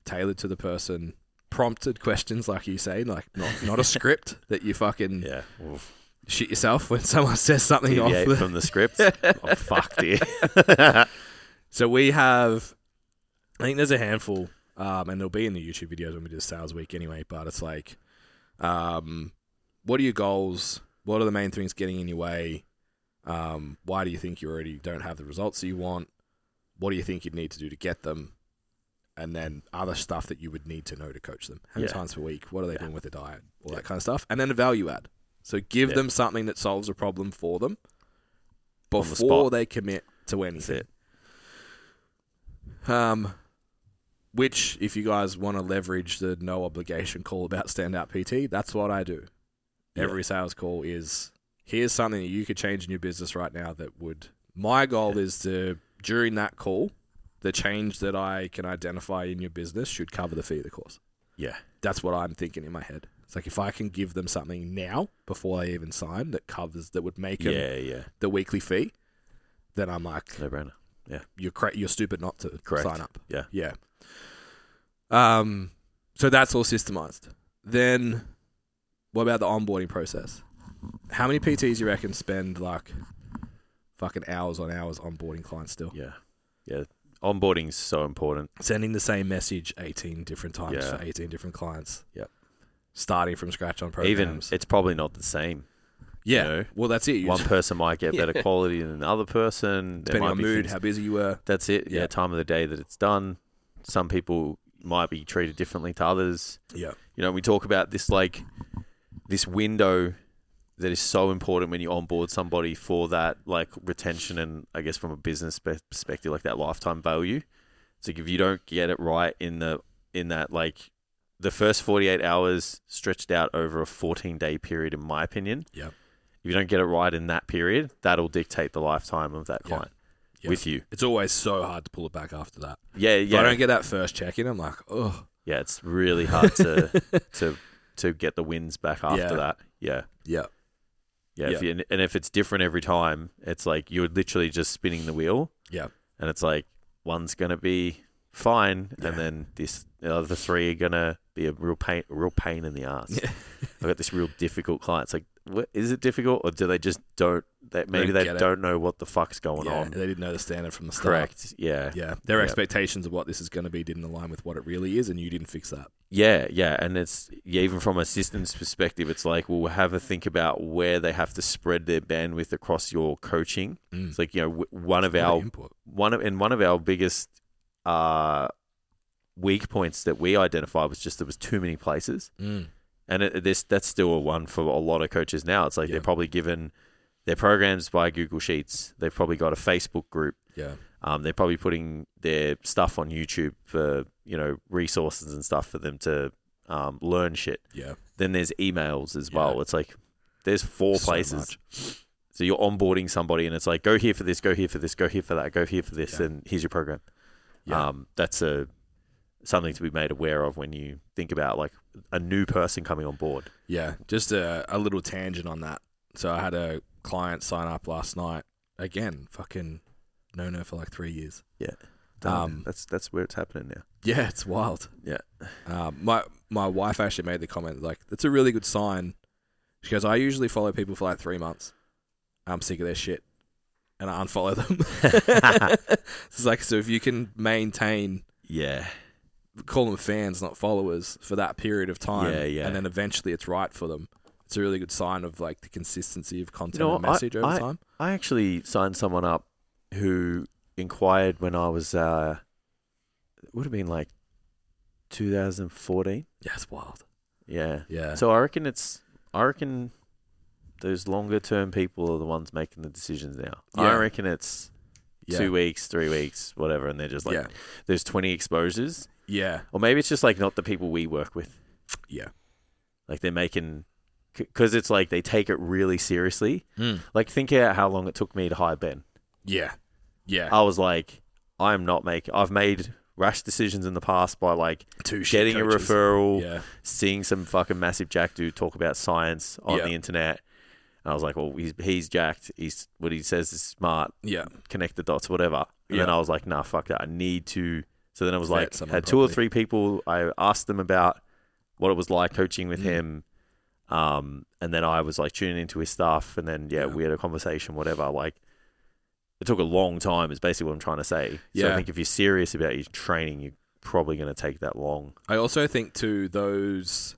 [SPEAKER 1] tailored to the person, prompted questions, like you say, like not not a script that you fucking
[SPEAKER 3] Yeah. Oof.
[SPEAKER 1] shit yourself when someone says something off.
[SPEAKER 3] deviate
[SPEAKER 1] the-
[SPEAKER 3] from the script. I'm fucked here.
[SPEAKER 1] so we have, I think there's a handful, um, and they'll be in the YouTube videos when we do the sales week anyway. But it's like, um, what are your goals? What are the main things getting in your way? Um, why do you think you already don't have the results that you want? What do you think you'd need to do to get them? And then other stuff that you would need to know to coach them. How many
[SPEAKER 3] Yeah.
[SPEAKER 1] times per week? What are they
[SPEAKER 3] Yeah.
[SPEAKER 1] doing with their diet? All
[SPEAKER 3] Yeah.
[SPEAKER 1] that kind of stuff. And then a value add. So give
[SPEAKER 3] Yeah.
[SPEAKER 1] them something that solves a problem for them
[SPEAKER 3] On the
[SPEAKER 1] before
[SPEAKER 3] spot.
[SPEAKER 1] they commit to anything.
[SPEAKER 3] That's it.
[SPEAKER 1] Um, which, if you guys want to leverage the no obligation call about standout PT, that's what I do.
[SPEAKER 3] Yeah.
[SPEAKER 1] Every sales call is here's something that you could change in your business right now that would. My goal is to during that call, the change that I can identify in your business should cover the fee of the course.
[SPEAKER 3] Yeah.
[SPEAKER 1] That's what I'm thinking in my head. It's like if I can give them something now before they even sign that covers that would make them
[SPEAKER 3] Yeah, yeah.
[SPEAKER 1] the weekly fee, then I'm like,
[SPEAKER 3] No brainer.
[SPEAKER 1] you're cra- you're stupid not to
[SPEAKER 3] Correct.
[SPEAKER 1] sign up.
[SPEAKER 3] Yeah.
[SPEAKER 1] yeah. Um, so that's all systemized. Then, what about the onboarding process? How many PTs you reckon spend like fucking hours on hours onboarding clients still,
[SPEAKER 3] Yeah. Yeah. Onboarding's so important.
[SPEAKER 1] sending the same message eighteen different times
[SPEAKER 3] Yeah.
[SPEAKER 1] for eighteen different clients?
[SPEAKER 3] Yep.
[SPEAKER 1] starting from scratch on programs.
[SPEAKER 3] Even it's probably not the same.
[SPEAKER 1] yeah,
[SPEAKER 3] you know,
[SPEAKER 1] well that's it. You
[SPEAKER 3] One
[SPEAKER 1] just-
[SPEAKER 3] person might get better
[SPEAKER 1] Yeah.
[SPEAKER 3] quality than another person. There
[SPEAKER 1] depending
[SPEAKER 3] might
[SPEAKER 1] on
[SPEAKER 3] be
[SPEAKER 1] mood,
[SPEAKER 3] things-
[SPEAKER 1] how busy you were.
[SPEAKER 3] That's it. Yeah.
[SPEAKER 1] Yeah.
[SPEAKER 3] time of the day that it's done. Some people might be treated differently to others.
[SPEAKER 1] Yeah,
[SPEAKER 3] You know, we talk about this like this window that is so important when you onboard somebody for that like retention and I guess from a business pe- perspective like that lifetime value. It's like if you don't get it right in the in that like the first 48 hours stretched out over a 14 day period in my opinion.
[SPEAKER 1] Yep.
[SPEAKER 3] If you don't get it right in that period, that'll dictate the lifetime of that
[SPEAKER 1] Yeah.
[SPEAKER 3] client
[SPEAKER 1] Yeah.
[SPEAKER 3] with you.
[SPEAKER 1] it's always so hard to pull it back after that.
[SPEAKER 3] Yeah,
[SPEAKER 1] Yeah.
[SPEAKER 3] yeah.
[SPEAKER 1] I don't get that first check in. I'm like, oh,
[SPEAKER 3] Yeah, it's really hard to to to get the wins back after
[SPEAKER 1] Yeah.
[SPEAKER 3] that. Yeah.
[SPEAKER 1] yeah,
[SPEAKER 3] Yeah, If you, and if it's different every time, it's like you're literally just spinning the wheel.
[SPEAKER 1] Yeah.
[SPEAKER 3] And it's like one's gonna be fine,
[SPEAKER 1] Yeah.
[SPEAKER 3] and then this the other three are gonna be a real pain, a real pain in the ass.
[SPEAKER 1] Yeah.
[SPEAKER 3] I've got this real difficult client. It's like, what, is it difficult, or do they just don't? That maybe
[SPEAKER 1] Don't
[SPEAKER 3] they
[SPEAKER 1] get it.
[SPEAKER 3] don't know what the fuck's going
[SPEAKER 1] yeah.
[SPEAKER 3] on.
[SPEAKER 1] They didn't know the standard from the start.
[SPEAKER 3] Correct. Yeah.
[SPEAKER 1] Yeah, their
[SPEAKER 3] Yeah.
[SPEAKER 1] expectations of what this is going to be didn't align with what it really is, and you didn't fix that.
[SPEAKER 3] Yeah, yeah, and it's yeah, even from a systems perspective, it's like we'll have a think about where they have to spread their bandwidth across your coaching. It's like you know, w- one of
[SPEAKER 1] What an
[SPEAKER 3] our
[SPEAKER 1] input.
[SPEAKER 3] one of and one of our biggest uh, weak points that we identified was just there was too many places,
[SPEAKER 1] Mm.
[SPEAKER 3] and it, this that's still a one for a lot of coaches now. It's like
[SPEAKER 1] Yeah.
[SPEAKER 3] they're probably given their programs by Google Sheets. They've probably got a Facebook group.
[SPEAKER 1] Yeah,
[SPEAKER 3] Um, they're probably putting their stuff on YouTube for you know resources and stuff for them to um, learn shit.
[SPEAKER 1] yeah,
[SPEAKER 3] Then there's emails as
[SPEAKER 1] Yeah.
[SPEAKER 3] well. It's like there's four
[SPEAKER 1] So
[SPEAKER 3] places.
[SPEAKER 1] much.
[SPEAKER 3] So you're onboarding somebody, and it's like go here for this, go here for this, go here for that, go here for this,
[SPEAKER 1] Yeah.
[SPEAKER 3] and here's your program.
[SPEAKER 1] Yeah.
[SPEAKER 3] Um, that's a something to be made aware of when you think about like a new person coming on board.
[SPEAKER 1] Yeah, just a, a little tangent on that. So I had a client sign up last night. Again, fucking no, no for like three years. Um,
[SPEAKER 3] that's that's where it's happening now.
[SPEAKER 1] Yeah, it's wild.
[SPEAKER 3] Yeah.
[SPEAKER 1] Um, my my wife actually made the comment like, "That's a really good sign." She goes, "I usually follow people for like three months. I'm sick of their shit, and I unfollow them." it's like so if you can maintain,
[SPEAKER 3] Yeah,
[SPEAKER 1] call them fans, not followers, for that period of time,
[SPEAKER 3] Yeah, yeah.
[SPEAKER 1] and then eventually it's right for them. It's a really good sign of like the consistency of content
[SPEAKER 3] know
[SPEAKER 1] and
[SPEAKER 3] what? I-
[SPEAKER 1] message over time.
[SPEAKER 3] I actually signed someone up who inquired when I was. Uh, it would have been like 2014.
[SPEAKER 1] Yeah, it's wild.
[SPEAKER 3] Yeah.
[SPEAKER 1] Yeah,
[SPEAKER 3] So I reckon it's. I reckon those longer term people are the ones making the decisions now. I
[SPEAKER 1] Yeah.
[SPEAKER 3] reckon it's
[SPEAKER 1] yeah,
[SPEAKER 3] two weeks, three weeks, whatever, and they're just like,
[SPEAKER 1] yeah,
[SPEAKER 3] there's 20 exposures,
[SPEAKER 1] yeah,
[SPEAKER 3] or maybe it's just like not the people we work with.
[SPEAKER 1] yeah.
[SPEAKER 3] Like they're making, because it's like they take it really seriously. Like think about how long it took me to hire Ben.
[SPEAKER 1] Yeah, yeah.
[SPEAKER 3] I was like, I'm not making. I've made rash decisions in the past by like
[SPEAKER 1] Two shit
[SPEAKER 3] getting a
[SPEAKER 1] coaches.
[SPEAKER 3] referral,
[SPEAKER 1] Yeah,
[SPEAKER 3] seeing some fucking massive jack dude talk about science on
[SPEAKER 1] Yeah.
[SPEAKER 3] the internet. And I was like, well, he's he's jacked. He's what he says is smart.
[SPEAKER 1] yeah,
[SPEAKER 3] Connect the dots, whatever. And then
[SPEAKER 1] Yeah.
[SPEAKER 3] I was like, nah, fuck that. I need to. So then I was
[SPEAKER 1] Vet
[SPEAKER 3] like,
[SPEAKER 1] someone
[SPEAKER 3] had two or
[SPEAKER 1] properly.
[SPEAKER 3] three people. I asked them about what it was like coaching with
[SPEAKER 1] Mm.
[SPEAKER 3] him. Um, and then I was like tuning into his stuff, and then yeah,
[SPEAKER 1] Yeah.
[SPEAKER 3] we had a conversation, whatever. Like, it took a long time. Is basically what I'm trying to say. So I
[SPEAKER 1] Yeah.
[SPEAKER 3] think if you're serious about your training, you're probably going to take that long.
[SPEAKER 1] I also think too those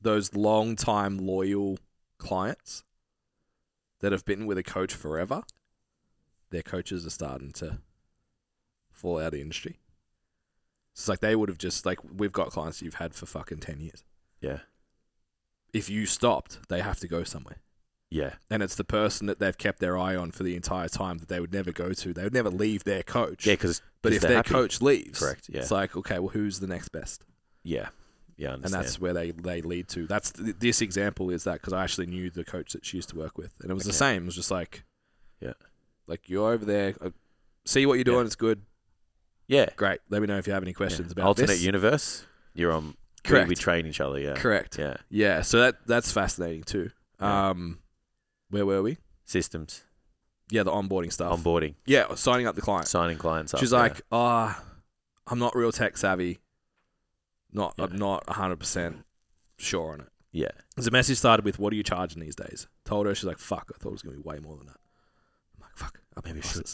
[SPEAKER 1] those long time loyal clients that have been with a coach forever, their coaches are starting to fall out of the industry. It's like they would have just like we've got clients you've had for fucking ten years.
[SPEAKER 3] Yeah,
[SPEAKER 1] If you stopped, they have to go somewhere.
[SPEAKER 3] yeah,
[SPEAKER 1] And it's the person that they've kept their eye on for the entire time that they would never go to. They would never leave their coach.
[SPEAKER 3] yeah. Because
[SPEAKER 1] but if their
[SPEAKER 3] happy.
[SPEAKER 1] coach leaves,
[SPEAKER 3] correct, yeah,
[SPEAKER 1] it's like, okay, well, who's the next best?
[SPEAKER 3] yeah, Yeah, I
[SPEAKER 1] and
[SPEAKER 3] understand.
[SPEAKER 1] that's where they, they lead to. That's th- this example is that because I actually knew the coach that she used to work with, and it was the
[SPEAKER 3] Okay.
[SPEAKER 1] same. It was just like,
[SPEAKER 3] Yeah.
[SPEAKER 1] like you're over there. uh, See what you're doing.
[SPEAKER 3] Yeah.
[SPEAKER 1] It's good.
[SPEAKER 3] yeah.
[SPEAKER 1] Great. Let me know if you have any questions
[SPEAKER 3] yeah.
[SPEAKER 1] about
[SPEAKER 3] alternate
[SPEAKER 1] this.
[SPEAKER 3] universe. You're on. we-
[SPEAKER 1] Correct.
[SPEAKER 3] We train each other. Yeah.
[SPEAKER 1] Correct. Yeah.
[SPEAKER 3] Yeah.
[SPEAKER 1] So that that's fascinating too.
[SPEAKER 3] Yeah.
[SPEAKER 1] Um, where were we?
[SPEAKER 3] Systems.
[SPEAKER 1] Yeah, the onboarding stuff.
[SPEAKER 3] Onboarding.
[SPEAKER 1] yeah, signing up the client.
[SPEAKER 3] Signing clients up.
[SPEAKER 1] She's
[SPEAKER 3] yeah.
[SPEAKER 1] like, ah, I'm not real tech savvy. Not,
[SPEAKER 3] Yeah.
[SPEAKER 1] I'm not 100 percent sure on it.
[SPEAKER 3] Yeah.
[SPEAKER 1] The message started with, "What are you charging these days?" Told her, she's like, "Fuck, I thought it was gonna be way more than that." I'm like, "Fuck, I maybe I should."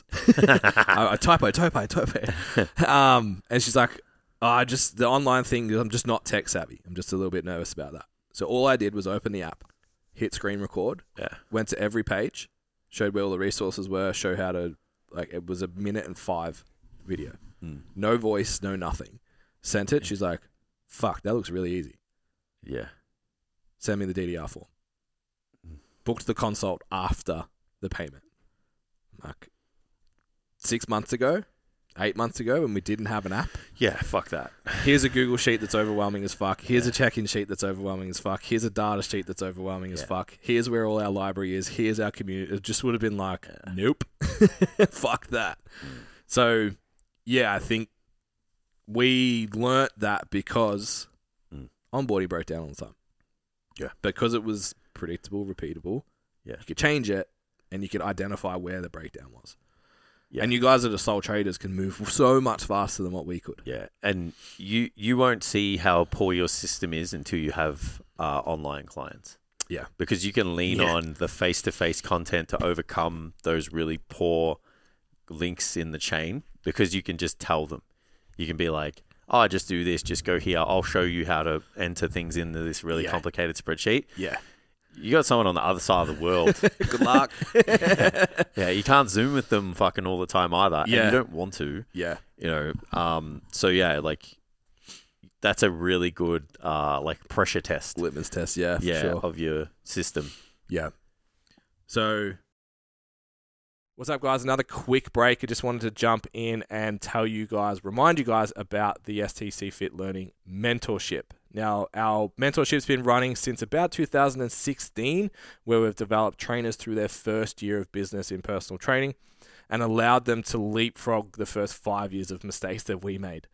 [SPEAKER 1] I, I typo, typo, typo. um, and she's like, oh, "I just the online thing. I'm just not tech savvy. I'm just a little bit nervous about that." So all I did was open the app, hit screen record,
[SPEAKER 3] yeah.
[SPEAKER 1] went to every page, showed where all the resources were, showed how to like it was a minute and five video,
[SPEAKER 3] Mm.
[SPEAKER 1] no voice, no nothing. Sent it. She's like, "Fuck, that looks really easy."
[SPEAKER 3] Yeah.
[SPEAKER 1] Send me the DDR form.
[SPEAKER 3] Mm.
[SPEAKER 1] Booked the consult after the payment. Like six months ago, eight months ago, when we didn't have an app.
[SPEAKER 3] Yeah. Fuck that.
[SPEAKER 1] Here's a Google sheet that's overwhelming as fuck. Here's a
[SPEAKER 3] Yeah.
[SPEAKER 1] check-in sheet that's overwhelming as fuck. Here's a data sheet that's overwhelming as
[SPEAKER 3] Yeah.
[SPEAKER 1] fuck. Here's where all our library is. Here's our community. It just would have been like,
[SPEAKER 3] Yeah.
[SPEAKER 1] nope, fuck that.
[SPEAKER 3] Mm.
[SPEAKER 1] So, yeah, I think we learnt that because
[SPEAKER 3] Mm.
[SPEAKER 1] onboarding broke down all the time.
[SPEAKER 3] Yeah.
[SPEAKER 1] because it was predictable, repeatable.
[SPEAKER 3] Yeah.
[SPEAKER 1] you could change it, and you could identify where the breakdown was.
[SPEAKER 3] Yeah.
[SPEAKER 1] And you guys that are sole traders can move so much faster than what we could.
[SPEAKER 3] Yeah, and you you won't see how poor your system is until you have uh, online clients.
[SPEAKER 1] Yeah.
[SPEAKER 3] because you can lean
[SPEAKER 1] Yeah.
[SPEAKER 3] on the face to face content to overcome those really poor links in the chain because you can just tell them. You can be like, "Oh, just do this. Just go here. I'll show you how to enter things into this really
[SPEAKER 1] Yeah.
[SPEAKER 3] complicated spreadsheet."
[SPEAKER 1] Yeah.
[SPEAKER 3] You got someone on the other side of the world.
[SPEAKER 1] Good luck.
[SPEAKER 3] yeah, you can't zoom with them fucking all the time either. and
[SPEAKER 1] Yeah.
[SPEAKER 3] you don't want to
[SPEAKER 1] yeah.
[SPEAKER 3] you know um so yeah like that's a really good uh like pressure test
[SPEAKER 1] Litmus test, yeah, for
[SPEAKER 3] yeah
[SPEAKER 1] sure.
[SPEAKER 3] of your system
[SPEAKER 1] Yeah. So, what's up, guys? Another quick break. I just wanted to jump in and tell you guys, remind you guys about the STC Fit Learning Mentorship. Now, our mentorship's been running since about 2016, where we've developed trainers through their first year of business in personal training and allowed them to leapfrog the first five years of mistakes that we made.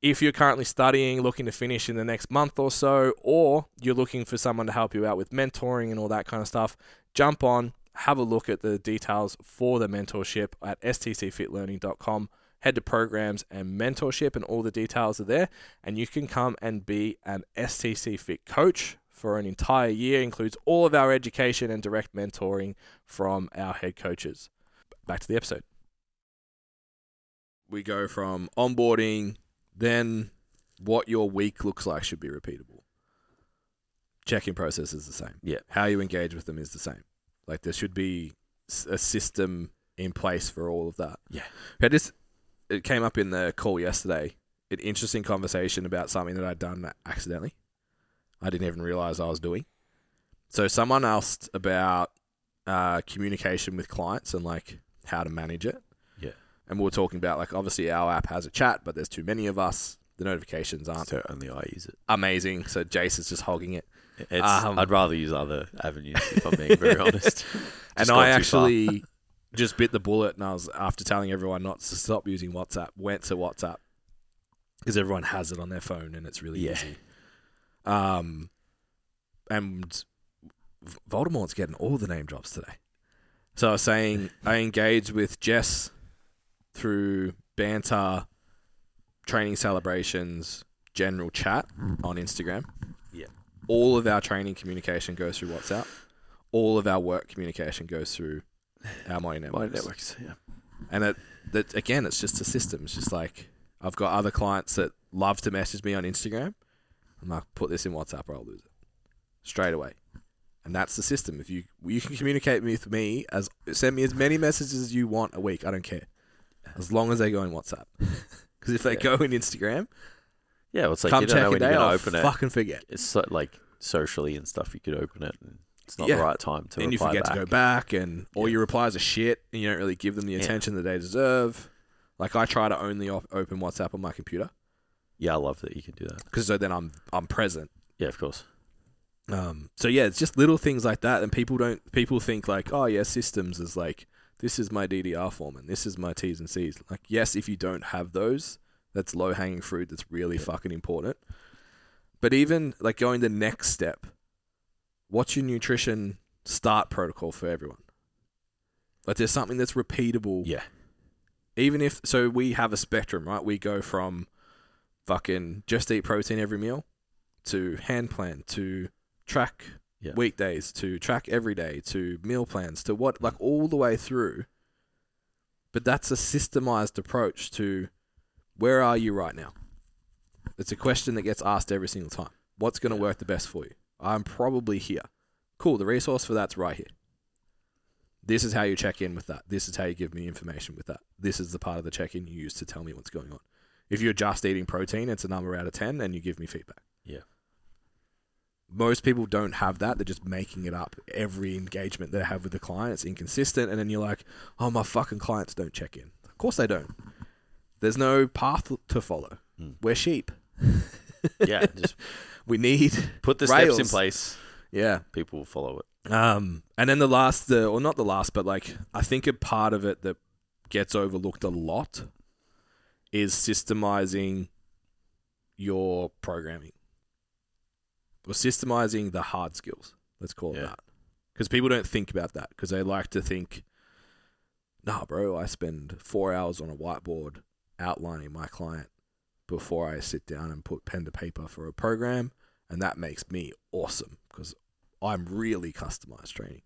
[SPEAKER 1] If you're currently studying, looking to finish in the next month or so, or you're looking for someone to help you out with mentoring and all that kind of stuff, jump on, have a look at the details for the mentorship at stcfitlearning.com. Head to programs and mentorship, and all the details are there. And you can come and be an STC Fit coach for an entire year, includes all of our education and direct mentoring from our head coaches. Back to the episode. We go from onboarding, then what your week looks like should be repeatable. Check-in process is the same.
[SPEAKER 3] Yeah.
[SPEAKER 1] How you engage with them is the same. Like there should be s- a system in place for all of that.
[SPEAKER 3] Yeah.
[SPEAKER 1] We had this. It came up in the call yesterday. An interesting conversation about something that I'd done accidentally. I didn't even realize I was doing. So someone asked about uh, communication with clients and like how to manage it.
[SPEAKER 3] Yeah.
[SPEAKER 1] And we were talking about like obviously our app has a chat, but there's too many of us. The notifications aren't
[SPEAKER 3] so only i use it
[SPEAKER 1] amazing. So Jace is just hogging it.
[SPEAKER 3] it's,
[SPEAKER 1] Um,
[SPEAKER 3] i'd rather use other avenues if i'm being very honest
[SPEAKER 1] and
[SPEAKER 3] Just gone
[SPEAKER 1] I
[SPEAKER 3] too
[SPEAKER 1] actually just bit the bullet, and I was after telling everyone not to stop using WhatsApp, went to WhatsApp because everyone has it on their phone and it's really
[SPEAKER 3] Yeah.
[SPEAKER 1] easy. Um, and V- Voldemort's getting all the name drops today. So I was saying I engaged with Jess through banter, training celebrations, general chat on Instagram.
[SPEAKER 3] Yeah.
[SPEAKER 1] All of our training communication goes through WhatsApp. All of our work communication goes through our money
[SPEAKER 3] my
[SPEAKER 1] networks.
[SPEAKER 3] networks yeah
[SPEAKER 1] And that, that again, it's just a system. It's just like I've got other clients that love to message me on Instagram. I'm like, put this in WhatsApp or I'll lose it straight away. And that's the system. If you you can communicate with me as send me as many messages as you want a week. I don't care, as long as they go in WhatsApp. Because if they go
[SPEAKER 3] Yeah.
[SPEAKER 1] in Instagram,
[SPEAKER 3] yeah well, it's like
[SPEAKER 1] come
[SPEAKER 3] you don't know
[SPEAKER 1] check a
[SPEAKER 3] when you're
[SPEAKER 1] day,
[SPEAKER 3] gonna
[SPEAKER 1] I'll
[SPEAKER 3] open it
[SPEAKER 1] fucking forget.
[SPEAKER 3] it's so, like socially and stuff you could open it and it's not
[SPEAKER 1] Yeah.
[SPEAKER 3] the right time to
[SPEAKER 1] then you
[SPEAKER 3] reply
[SPEAKER 1] forget
[SPEAKER 3] back.
[SPEAKER 1] to go back, and all
[SPEAKER 3] Yeah.
[SPEAKER 1] your replies are shit, and you don't really give them the
[SPEAKER 3] Yeah.
[SPEAKER 1] attention that they deserve. Like I try to only op- open WhatsApp on my computer
[SPEAKER 3] yeah, I love that you can do that.
[SPEAKER 1] because so then I'm I'm present.
[SPEAKER 3] Yeah, of course.
[SPEAKER 1] Um, so yeah, it's just little things like that, and people don't people think like, oh yeah, systems is like this is my DDR form and this is my T's and C's. Like yes, if you don't have those, that's low hanging fruit. That's really fucking important. But even like going the next step, what's your nutrition start protocol for everyone? Like there's something that's repeatable
[SPEAKER 3] Yeah.
[SPEAKER 1] even if so we have a spectrum right we go from fucking just eat protein every meal to hand plan to track
[SPEAKER 3] Yeah.
[SPEAKER 1] weekdays to track every day to meal plans to what like all the way through but that's a systemized approach to where are you right now it's a question that gets asked every single time what's going to
[SPEAKER 3] Yeah.
[SPEAKER 1] work the best for you i'm probably here cool the resource for that's right here this is how you check in with that. This is how you give me information with that. This is the part of the check in you use to tell me what's going on. If you're just eating protein, it's a number out of 10 and you give me feedback.
[SPEAKER 3] Yeah.
[SPEAKER 1] Most people don't have that. They're just making it up. Every engagement they have with the client, it's inconsistent. And then you're like, oh, my fucking clients don't check in. Of course they don't. There's no path to follow.
[SPEAKER 3] Mm.
[SPEAKER 1] We're sheep.
[SPEAKER 3] Yeah. Just
[SPEAKER 1] We need,
[SPEAKER 3] put the steps in
[SPEAKER 1] Rails.
[SPEAKER 3] place.
[SPEAKER 1] yeah.
[SPEAKER 3] People will follow it.
[SPEAKER 1] Um, and then the last, the or not the last, but like I think a part of it that gets overlooked a lot is systemizing your programming or systemizing the hard skills. Let's call it
[SPEAKER 3] Yeah.
[SPEAKER 1] that, because people don't think about that because they like to think, "Nah, bro, I spend four hours on a whiteboard outlining my client before I sit down and put pen to paper for a program, and that makes me awesome because I'm really customized training.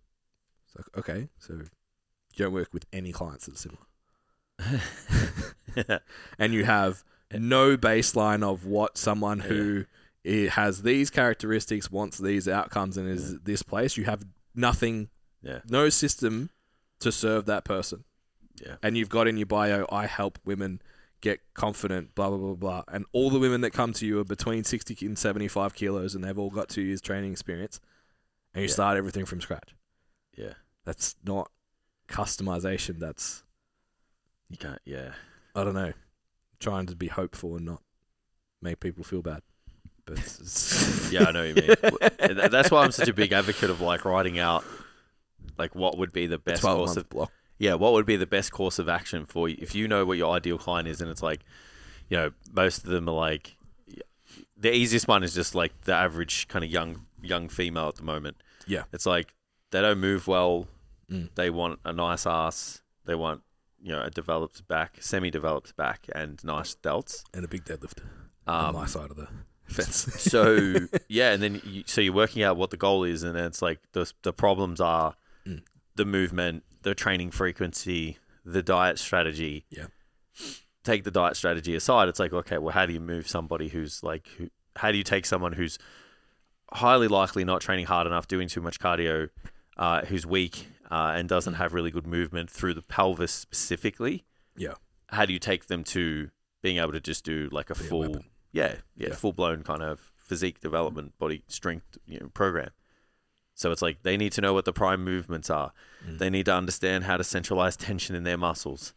[SPEAKER 1] It's like, okay, so you don't work with any clients that are similar. And you have no baseline of what someone who i has these characteristics, wants these outcomes, and is
[SPEAKER 3] Yeah.
[SPEAKER 1] this place. You have nothing,
[SPEAKER 3] yeah.
[SPEAKER 1] no system to serve that person.
[SPEAKER 3] Yeah.
[SPEAKER 1] And you've got in your bio, I help women get confident, blah, blah, blah, blah. And all the women that come to you are between 60 and 75 kilos, and they've all got two years training experience. And you
[SPEAKER 3] Yeah.
[SPEAKER 1] start everything from scratch.
[SPEAKER 3] Yeah.
[SPEAKER 1] that's not customization. That's
[SPEAKER 3] You can't. Yeah.
[SPEAKER 1] I don't know, trying to be hopeful and not make people feel bad. But it's-
[SPEAKER 3] Yeah, I know what you mean. And tha- That's why I'm such a big advocate of like writing out like what would be the best
[SPEAKER 1] twelve
[SPEAKER 3] course
[SPEAKER 1] month
[SPEAKER 3] of
[SPEAKER 1] block.
[SPEAKER 3] yeah, what would be the best course of action for you if you know what your ideal client is and it's like, you know, most of them are like the easiest one is just like the average kind of young young female at the moment.
[SPEAKER 1] Yeah.
[SPEAKER 3] It's like they don't move well,
[SPEAKER 1] Mm.
[SPEAKER 3] they want a nice ass, they want you know, a developed back, semi-developed back, and nice delts.
[SPEAKER 1] and a big deadlift on
[SPEAKER 3] Um,
[SPEAKER 1] my side of the fence.
[SPEAKER 3] so yeah, and then you, so you're working out what the goal is, and then it's like the the problems are
[SPEAKER 1] Mm.
[SPEAKER 3] the movement, the training frequency, the diet strategy.
[SPEAKER 1] Yeah.
[SPEAKER 3] Take the diet strategy aside. It's like okay, well, how do you move somebody who's like who? How do you take someone who's highly likely not training hard enough, doing too much cardio, uh, who's weak uh, and doesn't
[SPEAKER 1] Mm.
[SPEAKER 3] have really good movement through the pelvis specifically?
[SPEAKER 1] Yeah.
[SPEAKER 3] How do you take them to being able to just do like a
[SPEAKER 1] Be a
[SPEAKER 3] full
[SPEAKER 1] weapon.
[SPEAKER 3] yeah, yeah,
[SPEAKER 1] Yeah.
[SPEAKER 3] full blown kind of physique development, body strength you know, program. So it's like they need to know what the prime movements are.
[SPEAKER 1] Mm.
[SPEAKER 3] They need to understand how to centralize tension in their muscles.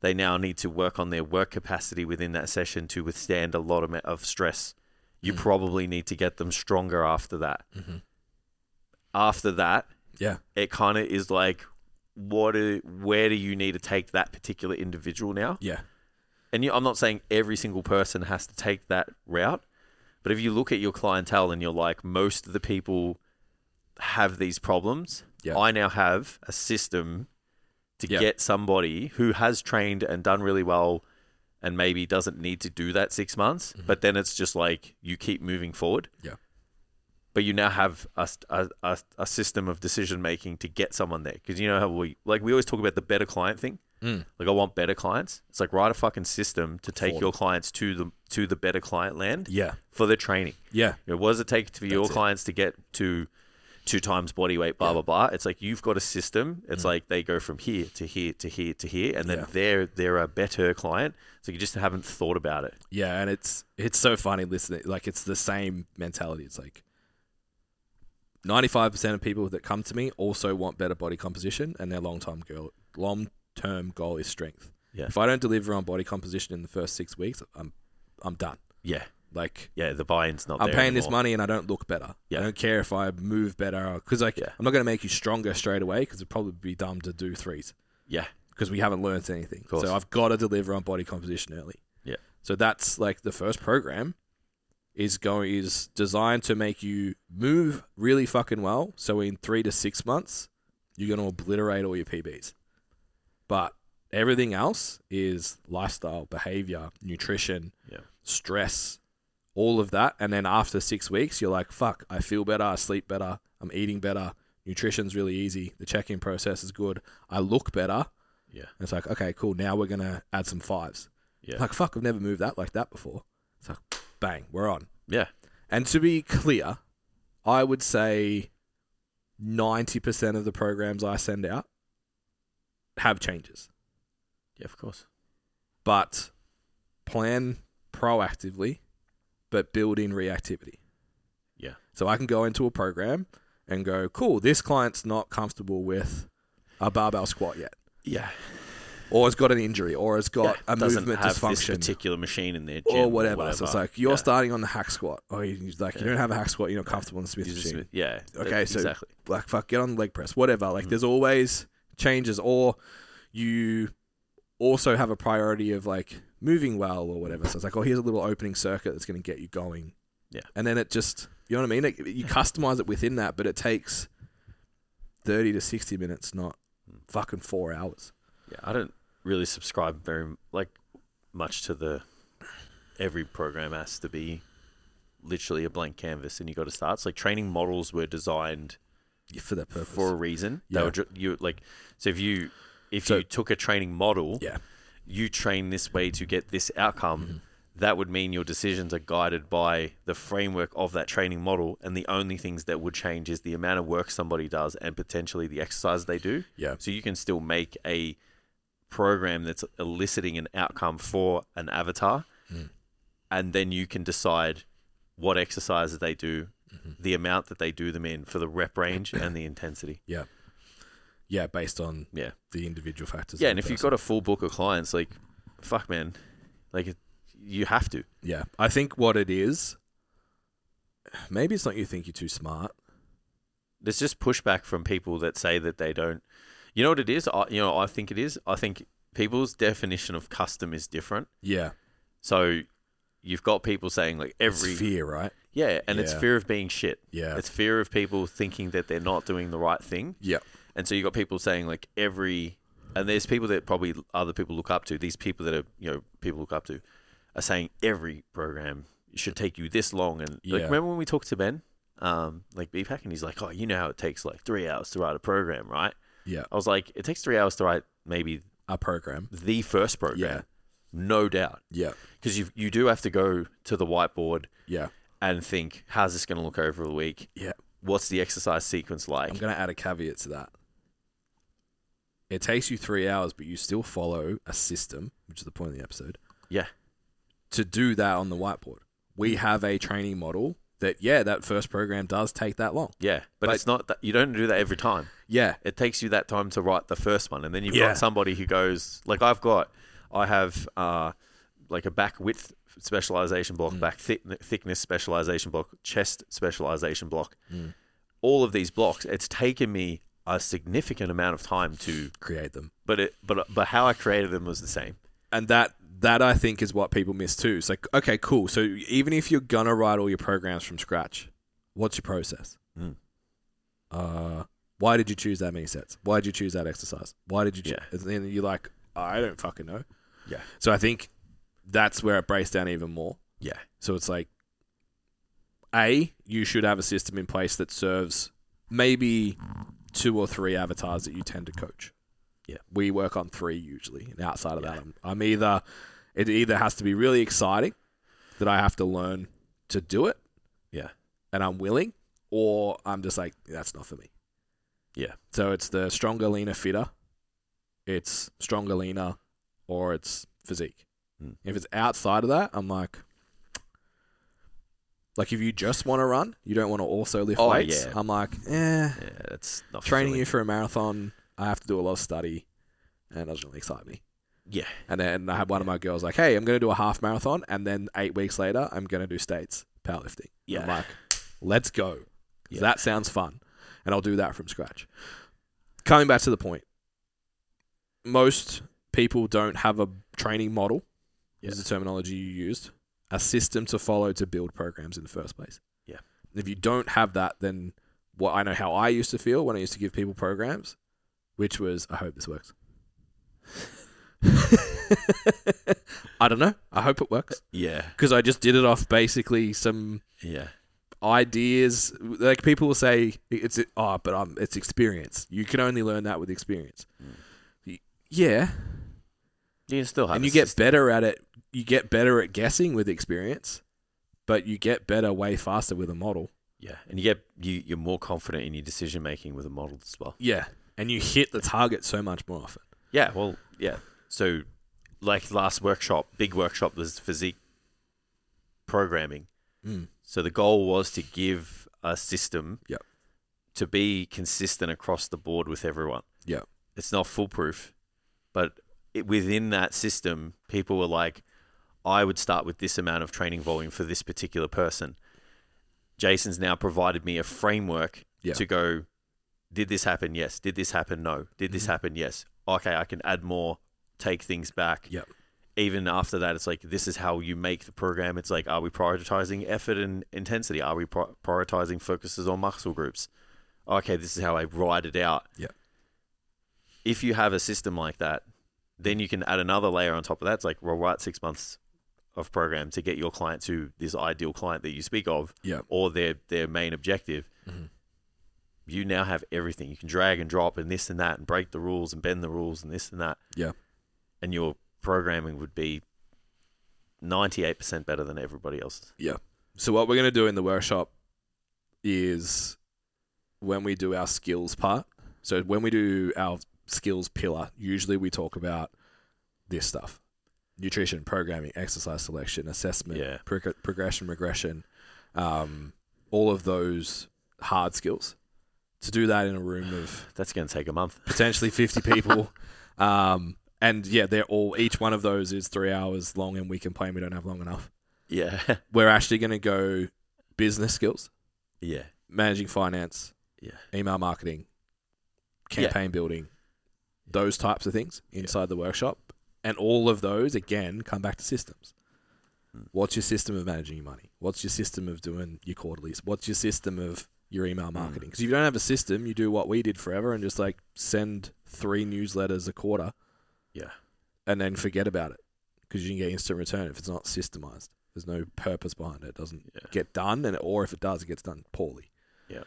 [SPEAKER 3] They now need to work on their work capacity within that session to withstand a lot of, ma- of stress. You
[SPEAKER 1] Mm.
[SPEAKER 3] probably need to get them stronger after that.
[SPEAKER 1] Mhm.
[SPEAKER 3] After that,
[SPEAKER 1] Yeah,
[SPEAKER 3] it kind of is like, what? Do, where do you need to take that particular individual now?
[SPEAKER 1] yeah,
[SPEAKER 3] and you, I'm not saying every single person has to take that route, but if you look at your clientele and you're like, most of the people have these problems,
[SPEAKER 1] Yeah.
[SPEAKER 3] I now have a system to
[SPEAKER 1] Yeah.
[SPEAKER 3] get somebody who has trained and done really well and maybe doesn't need to do that six months, but then it's just like you keep moving forward.
[SPEAKER 1] Mm-hmm. Yeah.
[SPEAKER 3] But you now have a, st- a, a, a system of decision making to get someone there. Because you know how we, like, we always talk about the better client thing.
[SPEAKER 1] Mm.
[SPEAKER 3] Like I want better clients. It's like write a fucking system to take
[SPEAKER 1] For
[SPEAKER 3] your clients to the to the better client land
[SPEAKER 1] yeah,
[SPEAKER 3] for the training.
[SPEAKER 1] yeah,
[SPEAKER 3] You know, what does it take for your
[SPEAKER 1] That's it.
[SPEAKER 3] clients to get to two times body weight, blah blah blah? It's like you've got a system. It's like they go from here to here to here to here, and then
[SPEAKER 1] Mm. Yeah.
[SPEAKER 3] they're they're a better client. So you just haven't thought about it.
[SPEAKER 1] yeah. And it's it's so funny listening. Like it's the same mentality. It's like. 95% of people that come to me also want better body composition and their long-term goal, long-term goal is strength.
[SPEAKER 3] Yeah.
[SPEAKER 1] If I don't deliver on body composition in the first 6 weeks, I'm I'm done.
[SPEAKER 3] Yeah.
[SPEAKER 1] Like
[SPEAKER 3] Yeah, the buy-in's not
[SPEAKER 1] I'm
[SPEAKER 3] there
[SPEAKER 1] paying this
[SPEAKER 3] anymore.
[SPEAKER 1] money and I don't look better.
[SPEAKER 3] Yeah.
[SPEAKER 1] I don't care if I move better because like
[SPEAKER 3] Yeah.
[SPEAKER 1] I'm not going to make you stronger straight away because it'd probably be dumb to do threes.
[SPEAKER 3] Yeah.
[SPEAKER 1] because we haven't learned anything.
[SPEAKER 3] course.
[SPEAKER 1] So I've got to deliver on body composition early.
[SPEAKER 3] Yeah.
[SPEAKER 1] So that's like the first program is going is designed to make you move really fucking well. So in three to six months, you're going to obliterate all your PBs. But everything else is lifestyle, behavior, nutrition,
[SPEAKER 3] Yeah.
[SPEAKER 1] stress, all of that. And then after six weeks, you're like, fuck, I feel better, I sleep better, I'm eating better, nutrition's really easy, the check in process is good, I look better.
[SPEAKER 3] Yeah.
[SPEAKER 1] And it's like, okay, cool. Now we're gonna add some fives.
[SPEAKER 3] Yeah.
[SPEAKER 1] Like, fuck, I've never moved that like that before. It's like, bang, we're on.
[SPEAKER 3] Yeah.
[SPEAKER 1] And to be clear, I would say ninety percent of the programs I send out have changes,
[SPEAKER 3] Yeah, of course.
[SPEAKER 1] but plan proactively, but build in reactivity.
[SPEAKER 3] Yeah.
[SPEAKER 1] So I can go into a program and go, cool, this client's not comfortable with a barbell squat yet.
[SPEAKER 3] Yeah.
[SPEAKER 1] or it's got an injury, or it's got
[SPEAKER 3] Yeah,
[SPEAKER 1] a
[SPEAKER 3] doesn't
[SPEAKER 1] movement
[SPEAKER 3] have
[SPEAKER 1] dysfunction,
[SPEAKER 3] this particular machine in their gym
[SPEAKER 1] or whatever. So it's like you're
[SPEAKER 3] yeah.
[SPEAKER 1] starting on the hack squat, or you- you like you
[SPEAKER 3] Yeah.
[SPEAKER 1] don't have a hack squat, you're not comfortable in the Smith
[SPEAKER 3] Use the
[SPEAKER 1] machine.
[SPEAKER 3] Smith- Yeah.
[SPEAKER 1] Okay, so-
[SPEAKER 3] exactly.
[SPEAKER 1] Like fuck, get on the leg press, whatever. Like
[SPEAKER 3] Mhm.
[SPEAKER 1] there's always changes, or you also have a priority of like moving well or whatever. So it's like, oh, here's a little opening circuit that's going to get you going.
[SPEAKER 3] Yeah.
[SPEAKER 1] and then it just you know what I mean. It, you customize it within that, but it takes thirty to sixty minutes, not
[SPEAKER 3] Mm.
[SPEAKER 1] fucking four hours.
[SPEAKER 3] Yeah, I don't really subscribe very like much to the every program has to be literally a blank canvas and you got to start. It's like training models were designed
[SPEAKER 1] For that purpose,
[SPEAKER 3] for a reason.
[SPEAKER 1] Yeah.
[SPEAKER 3] They were dr- you like so if you if
[SPEAKER 1] So-
[SPEAKER 3] you took a training model,
[SPEAKER 1] Yeah. Mm-hmm.
[SPEAKER 3] you train this way to get this outcome. That would mean your decisions are guided by the framework of that training model, and the only things that would change is the amount of work somebody does and potentially the exercise they do.
[SPEAKER 1] yeah,
[SPEAKER 3] So you can still make a program that's eliciting an outcome for an avatar,
[SPEAKER 1] Mm.
[SPEAKER 3] and then you can decide what exercises they do,
[SPEAKER 1] Mhm.
[SPEAKER 3] the amount that they do them in for the rep range and the intensity.
[SPEAKER 1] yeah, based on
[SPEAKER 3] Yeah.
[SPEAKER 1] the individual factors.
[SPEAKER 3] yeah,
[SPEAKER 1] of
[SPEAKER 3] and
[SPEAKER 1] the
[SPEAKER 3] if you've
[SPEAKER 1] person.
[SPEAKER 3] got a full book of clients, like, fuck, man, like, it, you have to.
[SPEAKER 1] yeah, I think what it is, maybe it's not you think you're too smart.
[SPEAKER 3] There's just pushback from people that say that they don't. You know what it is? I, you know, I think it is. I think people's definition of custom is different.
[SPEAKER 1] Yeah,
[SPEAKER 3] So you've got people saying like every
[SPEAKER 1] it's fear, right?
[SPEAKER 3] yeah, and it's
[SPEAKER 1] Yeah.
[SPEAKER 3] fear of being shit.
[SPEAKER 1] Yeah,
[SPEAKER 3] It's fear of people thinking that they're not doing the right thing.
[SPEAKER 1] yeah,
[SPEAKER 3] And so you got people saying like every, and there's people that probably other people look up to. These people that are you know people look up to are saying every program should take you this long. And like
[SPEAKER 1] Yeah.
[SPEAKER 3] remember when we talked to Ben, um, like BPAC, and he's like, oh, you know how it takes like three hours to write a program, right?
[SPEAKER 1] yeah.
[SPEAKER 3] I was like, it takes three hours to write maybe
[SPEAKER 1] A program.
[SPEAKER 3] the first program,
[SPEAKER 1] Yeah.
[SPEAKER 3] no doubt,
[SPEAKER 1] Yeah,
[SPEAKER 3] because you you do have to go to the whiteboard
[SPEAKER 1] yeah.
[SPEAKER 3] and think, how's this going to look over the week?
[SPEAKER 1] Yeah.
[SPEAKER 3] What's the exercise sequence like?
[SPEAKER 1] I'm gonna add a caveat to that. It takes you three hours, but you still follow a system, which is the point of the episode.
[SPEAKER 3] Yeah. Mm.
[SPEAKER 1] To do that on the whiteboard, we have a training model that yeah, that first program does take that long.
[SPEAKER 3] Yeah, but,
[SPEAKER 1] But-
[SPEAKER 3] it's not that you don't do that every time.
[SPEAKER 1] Yeah,
[SPEAKER 3] It takes you that time to write the first one, and then you've
[SPEAKER 1] Yeah.
[SPEAKER 3] got somebody who goes like I've got, I have uh, like a back width specialization block,
[SPEAKER 1] Mm.
[SPEAKER 3] back thick thickness specialization block, chest specialization block.
[SPEAKER 1] Mm.
[SPEAKER 3] All of these blocks, it's taken me a significant amount of time to,
[SPEAKER 1] create them.
[SPEAKER 3] but it but but how I created them was the same.
[SPEAKER 1] and that that I think is what people miss too. It's like, okay, cool. So even if you're gonna write all your programs from scratch, what's your process?
[SPEAKER 3] Mm.
[SPEAKER 1] Uh, why did you choose that many sets? Why did you choose that exercise? Why did you? Choose?
[SPEAKER 3] Yeah.
[SPEAKER 1] And then you're like, I don't fucking know.
[SPEAKER 3] Yeah.
[SPEAKER 1] So I think that's where it breaks down even more.
[SPEAKER 3] Yeah.
[SPEAKER 1] So it's like, A, you should have a system in place that serves maybe two or three avatars that you tend to coach.
[SPEAKER 3] Yeah.
[SPEAKER 1] We work on three usually. And outside of that,
[SPEAKER 3] Yeah.
[SPEAKER 1] I'm, I'm either, it either has to be really exciting that I have to learn to do it.
[SPEAKER 3] Yeah.
[SPEAKER 1] And I'm willing, or I'm just like, that's not for me.
[SPEAKER 3] Yeah.
[SPEAKER 1] So it's the stronger, leaner, fitter. It's stronger, leaner, or it's physique.
[SPEAKER 3] Mm.
[SPEAKER 1] If it's outside of that, I'm like, like if you just want to run, you don't want to also lift
[SPEAKER 3] Oh,
[SPEAKER 1] weights.
[SPEAKER 3] yeah.
[SPEAKER 1] I'm like, eh.
[SPEAKER 3] Yeah, that's not
[SPEAKER 1] Training
[SPEAKER 3] fulfilling.
[SPEAKER 1] you for a marathon, I have to do a lot of study, and it doesn't really excite me.
[SPEAKER 3] Yeah.
[SPEAKER 1] And then I had one of my girls like, hey, I'm going to do a half marathon. And then eight weeks later, I'm going to do states powerlifting.
[SPEAKER 3] Yeah.
[SPEAKER 1] I'm like, let's go. 'Cause
[SPEAKER 3] Yeah.
[SPEAKER 1] That sounds fun. And I'll do that from scratch. Coming back to the point, most people don't have a training model, is the terminology you used, a system to follow to build programs in the first place.
[SPEAKER 3] Yeah.
[SPEAKER 1] If you don't have that, then what I know how I used to feel when I used to give people programs, which was, I hope this works. I don't know. I hope it works
[SPEAKER 3] Yeah.
[SPEAKER 1] because I just did it off basically some
[SPEAKER 3] Yeah.
[SPEAKER 1] ideas. Like people will say, "It's oh, but um, it's experience. You can only learn that with experience." Y- Yeah,
[SPEAKER 3] You can still have
[SPEAKER 1] and
[SPEAKER 3] a
[SPEAKER 1] you get
[SPEAKER 3] system.
[SPEAKER 1] better at it. You get better at guessing with experience, but you get better way faster with a model.
[SPEAKER 3] yeah, and you get you you're more confident in your decision making with a model as well.
[SPEAKER 1] Yeah, and you hit the target so much more often.
[SPEAKER 3] Yeah, well, yeah. So, like last workshop, big workshop was physique programming.
[SPEAKER 1] Mm.
[SPEAKER 3] So the goal was to give a system
[SPEAKER 1] Yep.
[SPEAKER 3] to be consistent across the board with everyone.
[SPEAKER 1] Yep.
[SPEAKER 3] It's not foolproof, but it, within that system, people were like, I would start with this amount of training volume for this particular person. Jason's now provided me a framework
[SPEAKER 1] Yeah.
[SPEAKER 3] to go, did this happen? Yes. Did this happen? No. Did this
[SPEAKER 1] Mhm.
[SPEAKER 3] happen? Yes. Okay, I can add more, take things back.
[SPEAKER 1] Yep.
[SPEAKER 3] Even after that, it's like this is how you make the program. It's like, are we prioritizing effort and intensity? Are we pri- prioritizing focuses on muscle groups? Okay, this is how I ride it out.
[SPEAKER 1] Yep.
[SPEAKER 3] If you have a system like that, then you can add another layer on top of that. It's like, well, write six months of program to get your client to this ideal client that you speak of,
[SPEAKER 1] Yep.
[SPEAKER 3] or their their main objective
[SPEAKER 1] Mm-hmm.
[SPEAKER 3] you now have everything. You can drag and drop and this and that and break the rules and bend the rules and this and that.
[SPEAKER 1] Yeah.
[SPEAKER 3] And your programming would be 98% better than everybody else's.
[SPEAKER 1] So what we're going to do in the workshop is when we do our skills part. So when we do our skills pillar, usually we talk about this stuff: nutrition, programming, exercise selection, assessment,
[SPEAKER 3] Yeah.
[SPEAKER 1] prog- progression, regression, um, all of those hard skills. To do that in a room of
[SPEAKER 3] That's going to take a month.
[SPEAKER 1] potentially 50 people. um, and yeah, they're all, each one of those is three hours long and we complain we don't have long enough.
[SPEAKER 3] Yeah.
[SPEAKER 1] We're actually going to go business skills
[SPEAKER 3] yeah.
[SPEAKER 1] managing finance,
[SPEAKER 3] Yeah.
[SPEAKER 1] email marketing,
[SPEAKER 3] Yeah.
[SPEAKER 1] campaign building, those types of things inside the workshop. And all of those, again, come back to systems.
[SPEAKER 3] Mm.
[SPEAKER 1] What's your system of managing your money? What's your system of doing your quarterlies? What's your system of your
[SPEAKER 3] Hmm.
[SPEAKER 1] email marketing? Because if you don't have a system, you do what we did forever and just like send three newsletters a quarter
[SPEAKER 3] Yeah.
[SPEAKER 1] and then forget about it because you can get instant return if it's not systemized. There's no purpose behind it. It doesn't
[SPEAKER 3] Yeah.
[SPEAKER 1] get done, and or if it does, it gets done poorly.
[SPEAKER 3] Yeah.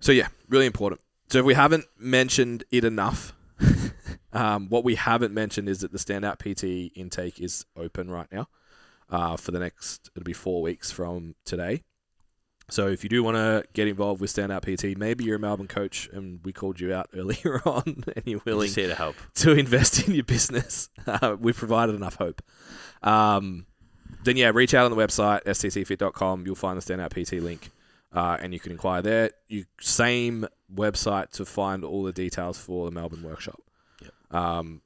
[SPEAKER 1] So yeah, really important. So if we haven't mentioned it enough, um, what we haven't mentioned is that the standout PT intake is open right now uh, for the next. It'll be four weeks from today. So if you do want to get involved with standout PT, maybe you're a Melbourne coach, and we called you out earlier on, and you're
[SPEAKER 3] We're
[SPEAKER 1] willing
[SPEAKER 3] just here to help.
[SPEAKER 1] to invest in your business. Uh, we've provided enough hope. Um, then, yeah, reach out on the website, stcfit.com. You'll find the Standout PT link uh, and you can inquire there. You Same website to find all the details for the Melbourne workshop. Um,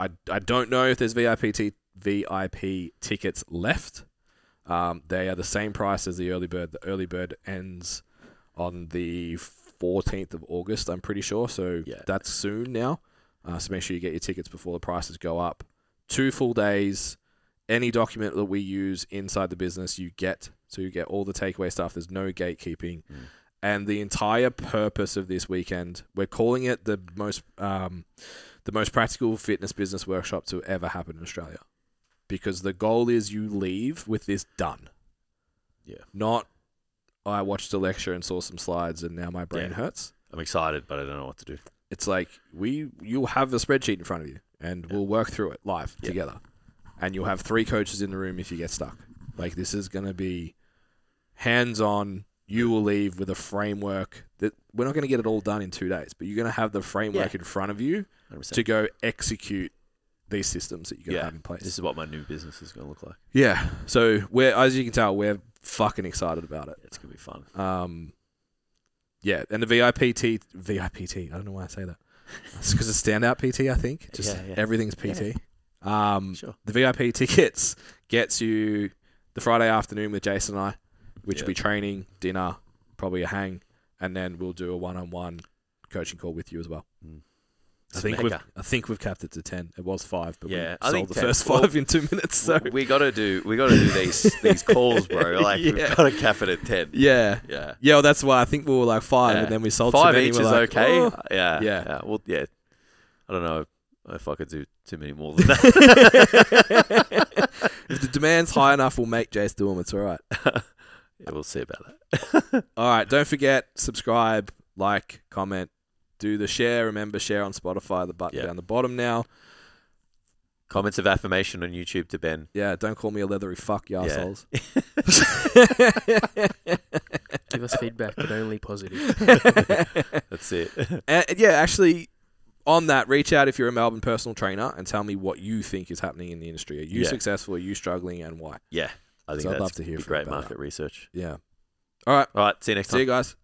[SPEAKER 1] I, I don't know if there's VIP, t- VIP tickets left. Um, they are the same price as the early bird. The early bird ends on the 14th of August, I'm pretty sure. So
[SPEAKER 3] Yeah.
[SPEAKER 1] that's soon now. Uh, so make sure you get your tickets before the prices go up. Two full days. Any document that we use inside the business, you get. So you get all the takeaway stuff. There's no gatekeeping.
[SPEAKER 3] Mm.
[SPEAKER 1] And the entire purpose of this weekend, we're calling it the most um, the most practical fitness business workshop to ever happen in Australia. Because the goal is you leave with this done.
[SPEAKER 3] Yeah.
[SPEAKER 1] Not I watched a lecture and saw some slides and now my brain
[SPEAKER 3] Yeah.
[SPEAKER 1] hurts.
[SPEAKER 3] I'm excited, but I don't know what to do.
[SPEAKER 1] It's like we you'll have a spreadsheet in front of you and we'll work through it live
[SPEAKER 3] Yeah.
[SPEAKER 1] together. And you'll have three coaches in the room if you get stuck. Like this is gonna be hands on you will leave with a framework that we're not going to get it all done in two days, but you're going to have the framework in front of you
[SPEAKER 3] 100%.
[SPEAKER 1] to go execute these systems that you're gonna
[SPEAKER 3] Yeah.
[SPEAKER 1] have in place.
[SPEAKER 3] This is what my new business is going to look like.
[SPEAKER 1] yeah. So we're as you can tell, we're fucking excited about it.
[SPEAKER 3] It's going to be fun.
[SPEAKER 1] Um, yeah, and the VIPT VIPT. I don't know why I say that. It's because it's standout PT, I think. Just
[SPEAKER 3] Yeah, yeah.
[SPEAKER 1] everything's PT.
[SPEAKER 4] Mm.
[SPEAKER 1] Um,
[SPEAKER 3] Sure.
[SPEAKER 1] the VIP tickets gets you the Friday afternoon with Jason and I, which
[SPEAKER 3] Yeah.
[SPEAKER 1] will be training, dinner, probably a hang, and then we'll do a one-on-one coaching call with you as well.
[SPEAKER 3] Mm.
[SPEAKER 1] I think we've
[SPEAKER 3] Mega.
[SPEAKER 1] I think we've capped it to ten. It was five, but
[SPEAKER 3] Yeah,
[SPEAKER 1] we
[SPEAKER 3] I
[SPEAKER 1] sold
[SPEAKER 3] think
[SPEAKER 1] the
[SPEAKER 3] 10.
[SPEAKER 1] first
[SPEAKER 3] Well,
[SPEAKER 1] five in two minutes. So
[SPEAKER 4] So we gotta do we gotta do these these calls, bro. Like
[SPEAKER 1] Yeah.
[SPEAKER 4] we've gotta cap it at ten.
[SPEAKER 1] yeah,
[SPEAKER 4] Yeah.
[SPEAKER 1] yeah. Well, that's why I think we were like five,
[SPEAKER 3] Yeah.
[SPEAKER 1] and then we sold too
[SPEAKER 3] Five
[SPEAKER 1] many,
[SPEAKER 3] each is
[SPEAKER 1] we're like,
[SPEAKER 3] okay.
[SPEAKER 1] "Oh."
[SPEAKER 4] Yeah.
[SPEAKER 1] Yeah.
[SPEAKER 3] Well, yeah. I don't know if I could do too many more than that.
[SPEAKER 1] If the demand's high enough, we'll make Jace do them. It's all right.
[SPEAKER 3] yeah, we'll see about that.
[SPEAKER 1] All right. Don't forget, subscribe, like, comment, do the share. Remember, share on Spotify, the button
[SPEAKER 3] Yeah.
[SPEAKER 1] down the bottom now.
[SPEAKER 3] Comments of affirmation on YouTube to Ben.
[SPEAKER 1] Yeah, don't call me a leathery fuck, you
[SPEAKER 3] Yeah.
[SPEAKER 1] assholes.
[SPEAKER 2] Give us feedback, but only positive.
[SPEAKER 3] That's it.
[SPEAKER 1] and, yeah, actually, on that, reach out if you're a Melbourne personal trainer and tell me what you think is happening in the industry. Are you
[SPEAKER 3] Yeah.
[SPEAKER 1] successful? Are you struggling? And why?
[SPEAKER 3] Yeah. I think
[SPEAKER 1] So I'd
[SPEAKER 3] that's
[SPEAKER 1] love to hear
[SPEAKER 3] be
[SPEAKER 1] from
[SPEAKER 3] great
[SPEAKER 1] about
[SPEAKER 3] market research.
[SPEAKER 1] Yeah. All right.
[SPEAKER 3] All right. See you next
[SPEAKER 1] See
[SPEAKER 3] time.
[SPEAKER 1] you guys.